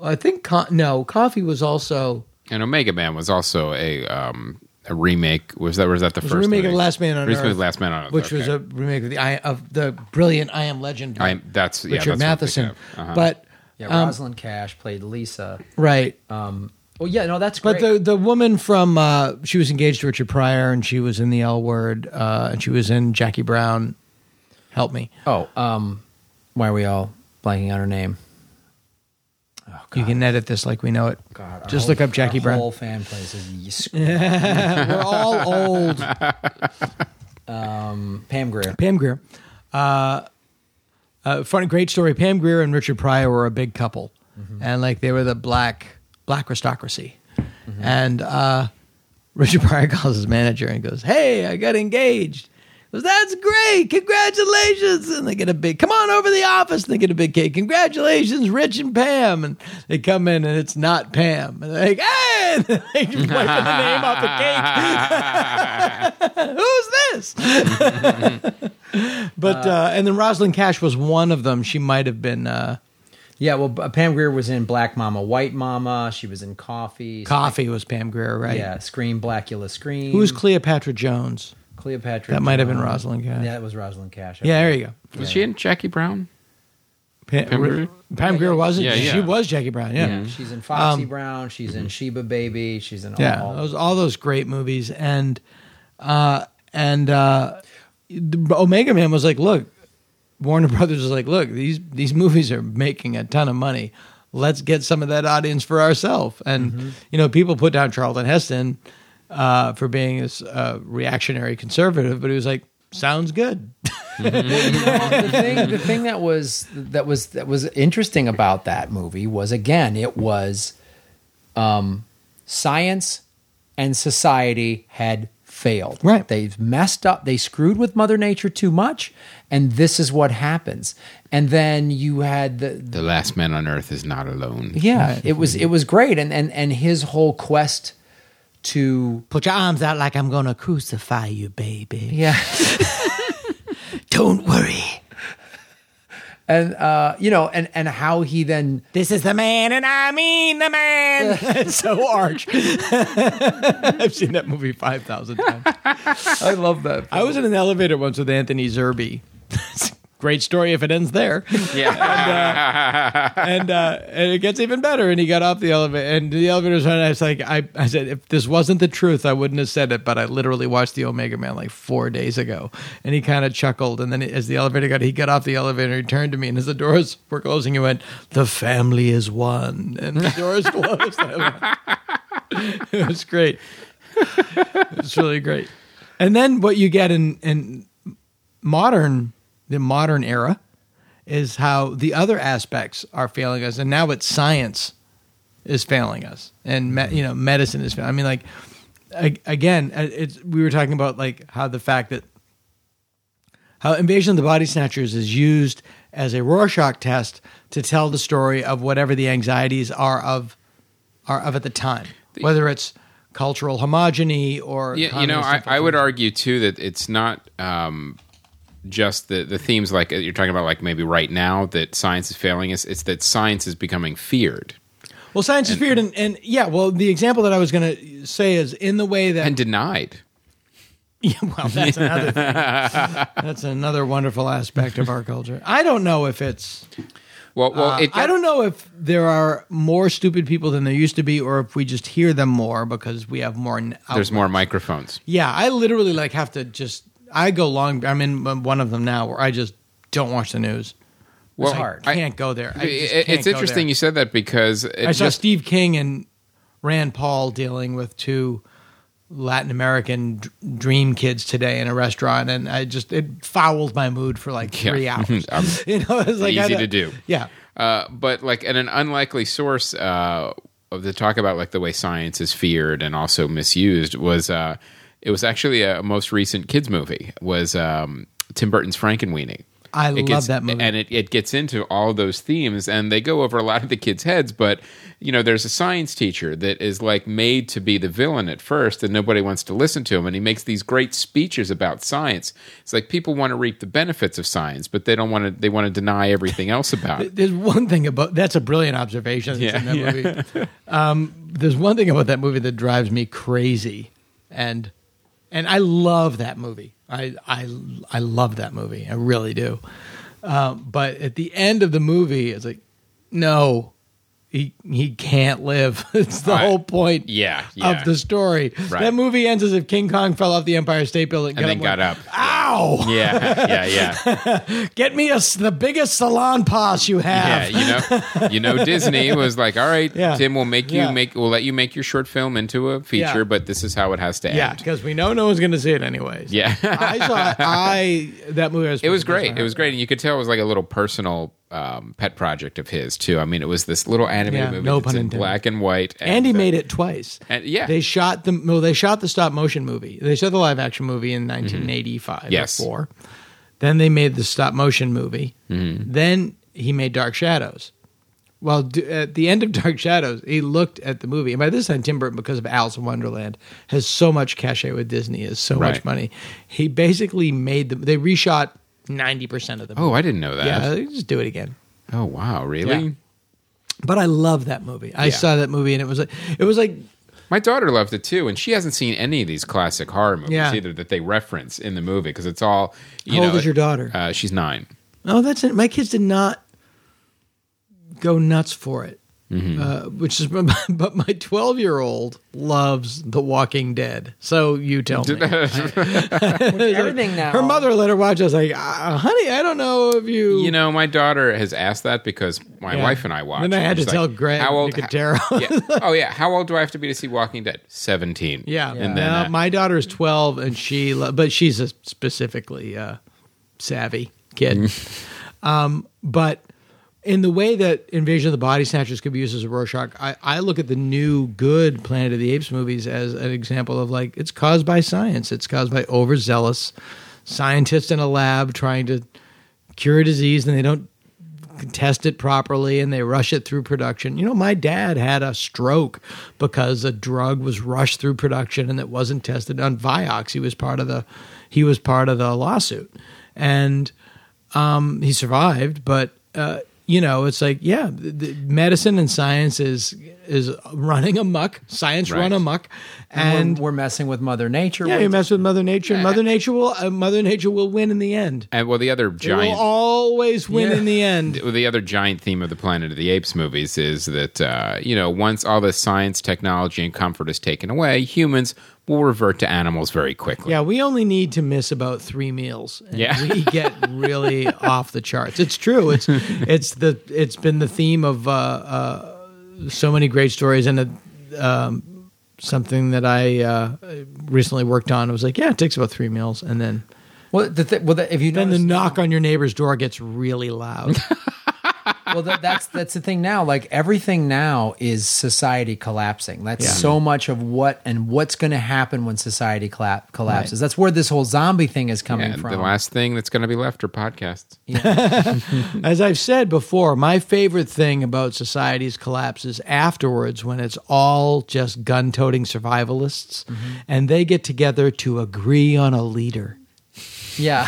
I think co- no, Coffee was also And Omega Man was also a um, a remake. Was that was that the was a first remake movie? of Last Man on Remake of Earth, Last Man on Earth, which was okay. a remake of the I, of the brilliant I Am Legend. I am- that's- yeah, Richard that's what I'm Matheson, thinking of. Uh-huh. but Yeah, um, Rosalind Cash played Lisa. right. Um, well, yeah, no, that's But great. the the woman from uh, she was engaged to Richard Pryor, and she was in the L Word, uh, and she was in Jackie Brown. Help me, oh, um, why are we all blanking on her name? Oh God, you can edit this like we know it. God, our Just whole- look up Jackie our Brown. Whole fan place is We're all old. Pam Grier. Pam Greer, uh, uh, funny, great story. Pam Greer and Richard Pryor were a big couple, and like they were the black black aristocracy. And uh, Richard Pryor calls his manager and goes, "Hey, I got engaged." He Goes, That's great! Congratulations! And they get a big, come on over to the office. And they get a big cake. Congratulations, Rich and Pam. And they come in and it's not Pam. And they're like, hey! And they just wiping the name off the cake. Who's this? But uh, and then Rosalind Cash was one of them. She might have been uh, Yeah, well, B- Pam Grier was in Black Mama, White Mama. She was in Coffee. Coffee was Pam Greer, right? Yeah, Scream, Blackula, Scream. Who was Cleopatra Jones? Cleopatra? That might have been Jones. Rosalind Cash. Yeah, it was Rosalind Cash. Yeah, there you go. was she in Jackie Brown? Pam, Pam Grier? Pam Grier wasn't. Yeah, She yeah. was Jackie Brown. Yeah. Yeah, Um, mm-hmm. Yeah. she's in Foxy Brown. She's in Sheba Baby. She's in all. all- those all those great movies and uh, and uh, the- Omega Man was like, look, Warner Brothers was like, look, these these movies are making a ton of money. Let's get some of that audience for ourselves. And you know, people put down Charlton Heston uh, for being this uh, reactionary conservative, but he was like, sounds good. the thing the thing that was that was that was interesting about that movie was again it was um science and society had failed Right. they've messed up they screwed with mother nature too much and this is what happens and then you had the The Last Man on Earth is not alone. yeah it was it was great and and and his whole quest to Put your arms out like I'm gonna crucify you, baby. yeah Don't worry. and uh you know and and how he then This is the man, and I mean the man. It's so arch. I've seen that movie 5,000 times. i love that I was in an elevator once with Anthony Zerbe. Great story if it ends there. and uh, and it gets even better. And he got off the elevator, and the elevator was running. I was like, I, I said, if this wasn't the truth, I wouldn't have said it. But I literally watched the Omega Man like four days ago, and he kind of chuckled. And then as the elevator got, he got off the elevator, he turned to me, and as the doors were closing, he went, "The family is one," and the doors closed. I went- it was great. It's really great. And then what you get in in modern the modern era is how the other aspects are failing us, and now it's science is failing us, and Mm-hmm. me, you know medicine is failing. I mean, like a- again, uh, it's we were talking about like how the fact that how Invasion of the Body Snatchers is used as a Rorschach test to tell the story of whatever the anxieties are of are of at the time, whether it's cultural homogeny or Yeah, you know, communist I, I would infiltration. argue too that it's not um, just the the themes like uh, you're talking about, like maybe right now that science is failing us. It's that science is becoming feared Well, science is feared, and, and yeah. Well, the example that I was going to say is in the way that and denied. Yeah, well, that's another thing. that's another wonderful aspect of our culture. I don't know if it's. Well, well, uh, it, I don't know if there are more stupid people than there used to be, or if we just hear them more because we have more. n- There's outlet. more microphones. Yeah, I literally like have to just. I go long. I'm in one of them now where I just don't watch the news. Well, It's hard. I can't go there. I just It- can't it's go interesting there. you said that because it I saw just Steve King and Rand Paul dealing with two Latin American d- dream kids today in a restaurant, and I just it fouled my mood for like Yeah. three hours. Um, you know, it was like I easy don't- to do. Yeah, Uh, but like at an unlikely source uh, of the talk about like the way science is feared and also misused was uh, it was actually a most recent kids movie was um, Tim Burton's Frankenweenie. I It love gets- that movie. and it, it gets into all those themes and they go over a lot of the kids' heads. But you know, there's a science teacher that is like made to be the villain at first, and nobody wants to listen to him. And he makes these great speeches about science. It's like people want to reap the benefits of science, but they don't want to. They want to deny everything else about it. there's one thing about that's a brilliant observation that's Yeah, in that movie. um, there's one thing about that movie that drives me crazy, and and I love that movie. I I I love that movie. I really do. Um, but at the end of the movie, it's like, no, he he can't live. it's the I- whole point. Yeah, yeah. Of the story, Right. that movie ends as if King Kong fell off the Empire State Building And then went, got Ow! Yeah, yeah, yeah, Get me a s the biggest salon pass you yeah. have. You know, you know, Disney was like, "All right, Yeah. Tim, we'll make you Yeah. make, we'll let you make your short film into a feature, Yeah. but this is how it has to Yeah, end." because we know no one's going to see it anyways. Yeah, I saw I that movie. I it was great. It was great, and you could tell it was like a little personal um, pet project of his too. I mean, it was this little animated Yeah, movie no that's pun in intended. black and white. And Andy uh, made it twice. and- yeah. they shot the well, they shot the stop motion movie. They shot the live action movie in 1985. Yes. or four. Then they made the stop motion movie. Mm-hmm. Then he made Dark Shadows. Well, d- at the end of Dark Shadows, he looked at the movie, and by this time, Tim Burton, because of Alice in Wonderland, has so much cachet with Disney, has so Right. much money. He basically made them. They reshot ninety percent of the. Oh, I didn't know that. yeah, they just do it again. Oh wow, really? Yeah. But I love that movie. I Yeah. saw that movie and it was like it was like My daughter loved it too, and she hasn't seen any of these classic horror movies Yeah. either that they reference in the movie because it's all. You How know, old is your daughter? Uh, she's nine. oh that's it. My kids did not go nuts for it, Mm-hmm. uh, which is but my twelve year old loves The Walking Dead. So you tell me. Everything now. Her mother let her watch. I was like, uh, honey, I don't know if you You know, my daughter has asked that because my Yeah. wife and I watch. Then I it. had to It's tell Greg Nicotero. yeah. Oh yeah. How old do I have to be to see Walking Dead? Seventeen. Yeah. And then Now, uh, my daughter is 12 and she, lo- but she's a specifically uh, savvy kid. Mm-hmm. um, but in the way that Invasion of the Body Snatchers could be used as a Rorschach, I, I look at the new good Planet of the Apes movies as an example of like, it's caused by science, it's caused by overzealous scientists in a lab trying to cure a disease and they don't test it properly and they rush it through production. You know, my dad had a stroke because a drug was rushed through production and it wasn't tested on Vioxx. He was part of the he was part of the lawsuit. And um, he survived, but uh, you know, it's like yeah, the, the medicine and science is is running amok. Science Right. run amok. and And we're, we're messing with Mother Nature. yeah, We're- you mess with Mother Nature. and Mother Nature will uh, Mother Nature will win in the end. and well, the other It will giant. always win Yeah. in the end. well, the other giant theme of the Planet of the Apes movies is that uh, you know once all the science, technology, and comfort is taken away, humans will revert to animals very quickly. Yeah, we only need to miss about three meals. and Yeah. we get really off the charts. It's true. It's it's the it's been the theme of uh, uh, so many great stories, and a, um, something that I uh, recently worked on. I was like, yeah, it takes about three meals, and then Well, the th- well, the, if you then the notice- knock on your neighbor's door gets really loud. well that, that's that's the thing now like everything now is society collapsing that's Yeah. so much of what and what's going to happen when society collap- collapses that's where this whole zombie thing is coming And from the last thing that's going to be left are podcasts. As I've said before, my favorite thing about society's collapse is afterwards when it's all just gun toting survivalists and they get together to agree on a leader. Yeah.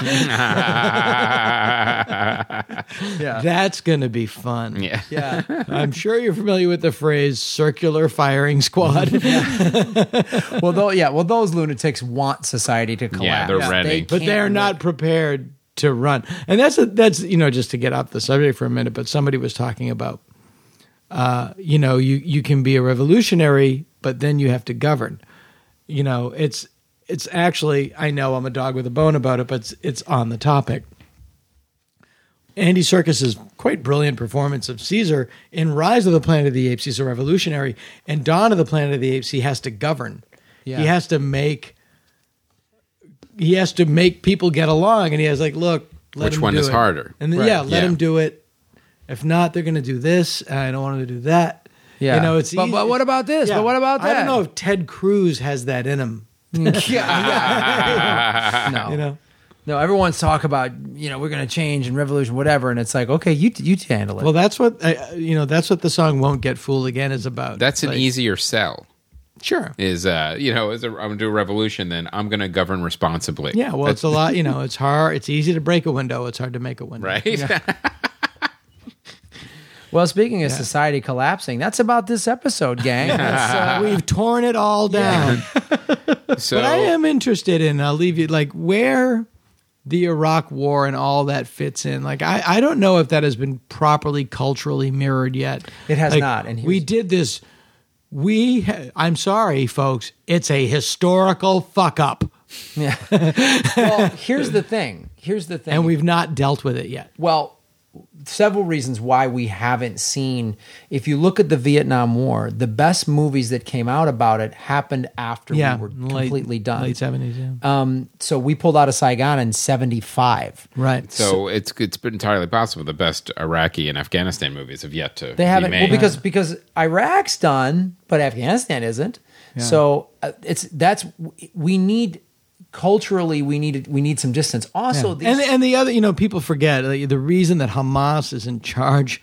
yeah. That's going to be fun. Yeah. Yeah. I'm sure you're familiar with the phrase circular firing squad. Well, though, yeah. Well, those lunatics want society to collapse. they're ready. They but can't they're look- not prepared to run. And that's a, that's you know just to get off the subject for a minute, but somebody was talking about uh, you know you you can be a revolutionary, but then you have to govern. You know, it's it's actually I know I'm a dog with a bone about it, but it's, it's on the topic. Andy Serkis's quite brilliant performance of Caesar in Rise of the Planet of the Apes. He's a revolutionary, and Dawn of the Planet of the Apes. He has to govern. Yeah. He has to make. He has to make people get along, and he has like, look, let Which him one do is it. harder? And then, Right. yeah, let Yeah. him do it. If not, they're going to do this. and I don't want them to do that. Yeah. you know, it's. But- easy- but what about this? But what about I that? don't know if Ted Cruz has that in him. No. You know. No, everyone's talk about you know we're going to change and revolution whatever, and it's like okay, you you handle it. Well, that's what I, you know. That's what the song "Won't Get Fooled Again" is about. That's an Like, easier sell. sure. Is uh, you know, is a, I'm gonna do a revolution, then I'm gonna govern responsibly. Yeah, well, it's a lot. You know, it's hard. It's easy to break a window. It's hard to make a window. right. Well, speaking of society collapsing, that's about this episode, gang. That's, uh, we- We've torn it all down. so But I am interested in. I'll leave you like where the Iraq War and all that fits in. Like I, I don't know if that has been properly culturally mirrored yet. It has Like, not, and we here's- did this. We, ha- I'm sorry, folks. It's a historical fuck up, well, here's the thing. Here's the thing. and we've not dealt with it yet. well, several reasons why we haven't seen. If you look at the Vietnam War, the best movies that came out about it happened after Yeah, we were late- completely done. Late seventies, yeah. Um, so we pulled out of Saigon in '75. right. So it's it's entirely possible the best Iraqi and Afghanistan movies have yet to They haven't be well made. because because Iraq's done, but Afghanistan isn't. So uh, it's that's we need culturally we need we need some distance. Also, these, and and the other, you know, people forget like, the reason that Hamas is in charge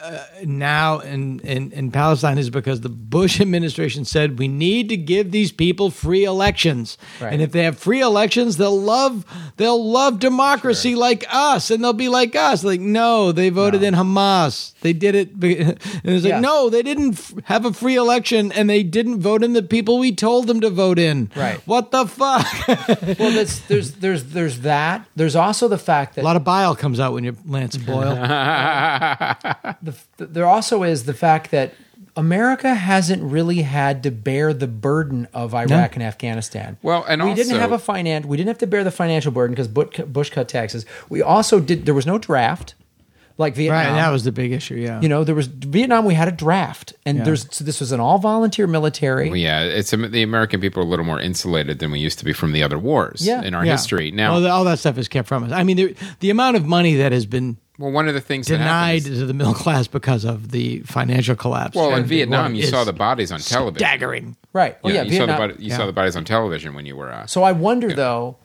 uh, now in, in in Palestine is because the Bush administration said we need to give these people free elections, Right. and if they have free elections, they'll love they'll love democracy like us, and they'll be like us. Like, no, they voted in Hamas. They did it, be- and it's like, Yeah. no, they didn't f- have a free election, and they didn't vote in the people we told them to vote in. Right. What the fuck? well, that's, there's there's there's that. There's also the fact that a lot of bile comes out when you Lance Boyle. th- there also is the fact that America hasn't really had to bear the burden of Iraq and Afghanistan. Well, and we didn't also- have a finance. We didn't have to bear the financial burden because Bush cut taxes. We also did. There was no draft, like Right, Um, Vietnam. that was the big issue. Yeah, You know, there was Vietnam. We had a draft, and there's so this was an all volunteer military. Well, yeah, it's um, the American people are a little more insulated than we used to be from the other wars Yeah. in our Yeah. history. Now, all, well, that- all that stuff is kept from us. I mean, the, the amount of money that has been one of the things denied that happens, to the middle class because of the financial collapse. well, in and the Vietnam, war you is saw the bodies on television. staggering. right? Oh Yeah, yeah, you, Vietnam. saw the body, you saw the bodies on television when you were uh, so I wonder though,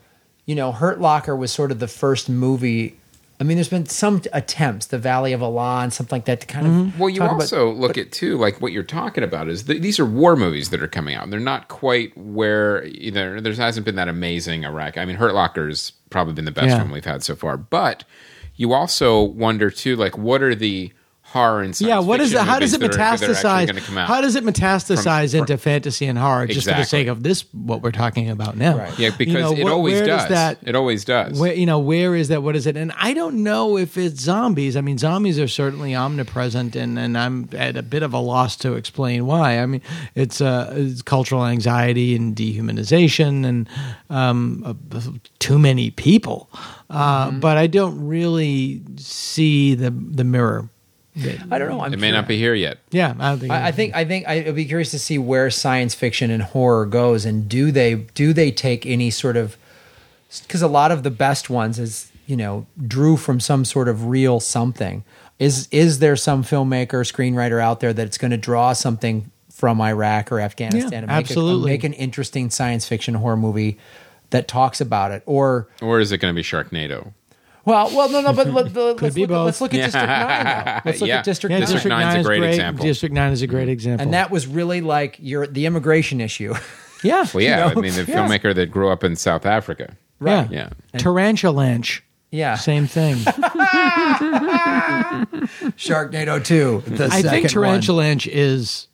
you know, Hurt Locker was sort of the first movie. I mean, there's been some attempts, The Valley of Allah and something like that, to kind of Mm-hmm. Well, you talk about- also look at too, like what you're talking about is th- these are war movies that are coming out. They're not quite where either. There hasn't been that amazing Iraq. I mean, Hurt Locker's probably been the best Yeah. one we've had so far. But you also wonder too, like what are the horror and science Yeah, what is fiction that? How does it movies that are- that are actually metastasize? gonna come out? How does it metastasize into fantasy and horror just for the Exactly. sake of this? What we're talking about now? Right. yeah, You because know, it wh- always where does. that it always does. Where, you know, where is that? What is it? And I don't know if it's zombies. I mean, zombies are certainly omnipresent, and, and I'm at a bit of a loss to explain why. I mean, it's, uh, it's cultural anxiety and dehumanization and um, uh, too many people. Uh, Mm-hmm. But I don't really see the, the mirror. I don't know. I'm it may not be here yet. Yeah, I don't think. I, I think I think I, I'd be curious to see where science fiction and horror goes, and do they do they take any sort of because a lot of the best ones is you know drew from some sort of real something. Is is there some filmmaker screenwriter out there that's going to draw something from Iraq or Afghanistan Yeah, and make, absolutely. A, make an interesting science fiction horror movie that talks about it or Or is it going to be Sharknado? well well no no but let, let's, be look, at- both. let's look at District 9 though. let's look Yeah. at District Yeah, 9 District Nine's a is great example. District Nine is a great example. Mm-hmm. and that was really like your the immigration issue yeah, Well, yeah, You know? I mean the Yeah. filmmaker that grew up in South Africa. Right. Yeah. Tarantulanch. Yeah. Same thing. Sharknado 2. The I second think one. Tarantulanch is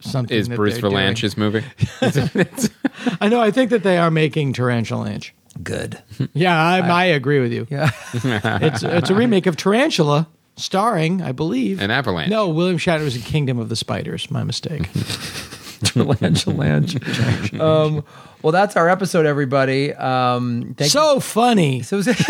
something. Is that Bruce they're doing. Valanche's movie? I know. I think that they are making Tarantulanch. Good. Yeah, I, I, agree with you. Yeah. It's it's a remake of Tarantula, starring, I believe, An Avalanche. No, William Shatner was in Kingdom of the Spiders. My mistake. Tarantulanch. um, well, that's our episode, everybody. Um, thank so funny. So yeah,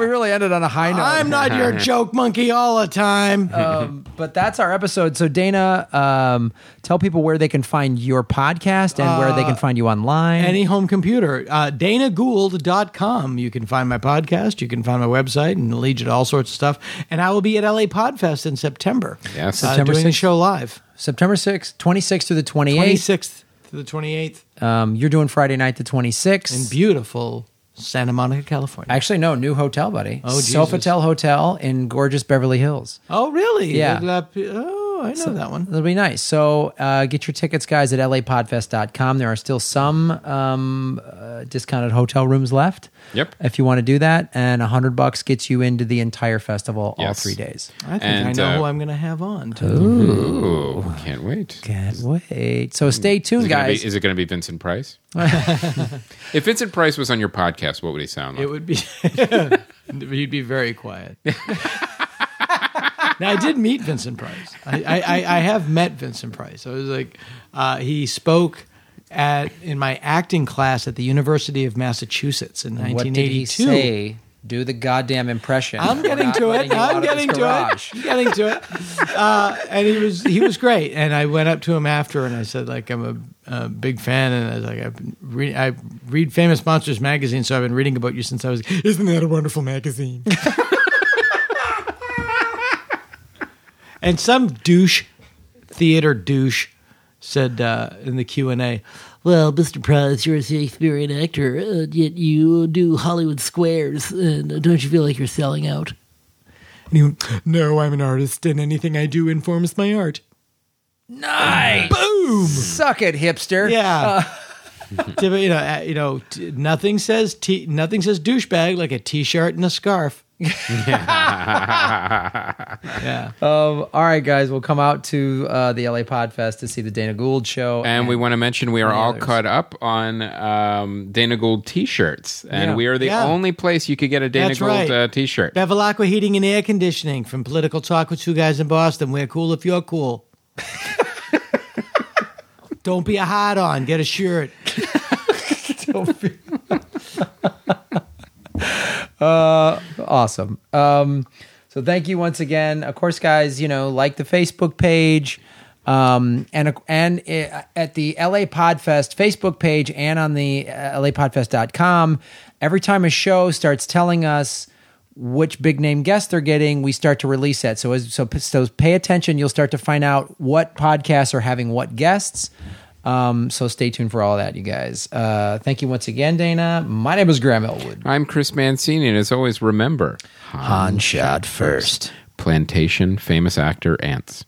we really ended on a high note. I'm not your joke monkey all the time. um, but that's our episode. So Dana, um, tell people where they can find your podcast and where they can find you online. Any home computer. Uh, DanaGould.com. You can find my podcast. You can find my website and lead you to all sorts of stuff. And I will be at LA Podfest in September. Yes. Uh, September doing the 6th. show live. September 6th, 26th through the 28th. 26th to the 28th Um, you're doing Friday night the in 26th. beautiful Santa Monica, California. Actually, no, new hotel, buddy. Oh, Jesus. Sofitel Hotel in gorgeous Beverly Hills. oh, really? Yeah. Uh, Oh, I know that one. That'll be nice. So uh, get your tickets, guys, at lapodfest.com. There are still some um, uh, discounted hotel rooms left. Yep. If you want to do that, and a hundred bucks gets you into the entire festival, all Yes. three days. I think I And, know uh, who I'm going to have on. too. Ooh, can't wait. Can't wait. So stay tuned, Is it, gonna be, guys. is it gonna be Vincent Price? if Vincent Price was on your podcast, what would he sound like? It would be. he'd be very quiet. now I did meet Vincent Price. I, I, I, I have met Vincent Price. I was like, uh, he spoke at in my acting class at the University of Massachusetts in what did he 1982. say? Do the goddamn impression. I'm We're getting not to letting it. you out I'm of this getting to garage. it. I'm getting to it. Uh, and he was he was great. And I went up to him after, and I said like I'm a, a big fan, and I was like I've been re- I read Famous Monsters magazine, so I've been reading about you since I was. Isn't that a wonderful magazine? and some douche, theater douche, said uh, in the Q and A. Well, Mr. Price, you're a Shakespearean actor, uh, yet you do Hollywood squares, and uh, don't you feel like you're selling out? And he went, "No, I'm an artist, and anything I do informs my art." Nice. Boom. Suck it, hipster. Yeah. Typ- you know, uh, you know, t- nothing says t- nothing says douchebag like a t-shirt and a scarf. yeah. Um, all right, guys. We'll come out to uh, the LA Podfest to see the Dana Gould show. And we want to mention we are all others. caught up on um, Dana Gould t-shirts, and Yeah. we are the Yeah. only place you could get a Dana That's Gould right. uh, t-shirt. Bevilacqua Heating and Air Conditioning from Political Talk with Two Guys in Boston. We're cool if you're cool. Don't be a hard on. Get a shirt. awesome. Um, so thank you once again. Of course, guys, you know, like the Facebook page. Um, and and uh, at the LA Podfest Facebook page and on the uh, lapodfest.com, every time a show starts telling us which big name guest they're getting, we start to release that. So as so, so pay attention. You'll start to find out what podcasts are having what guests. Um, so stay tuned for all that, you guys. Uh, thank you once again, Dana. My name is Graham Elwood. I'm Chris Mancini, and as always, remember Han shot first. plantation famous actor ants.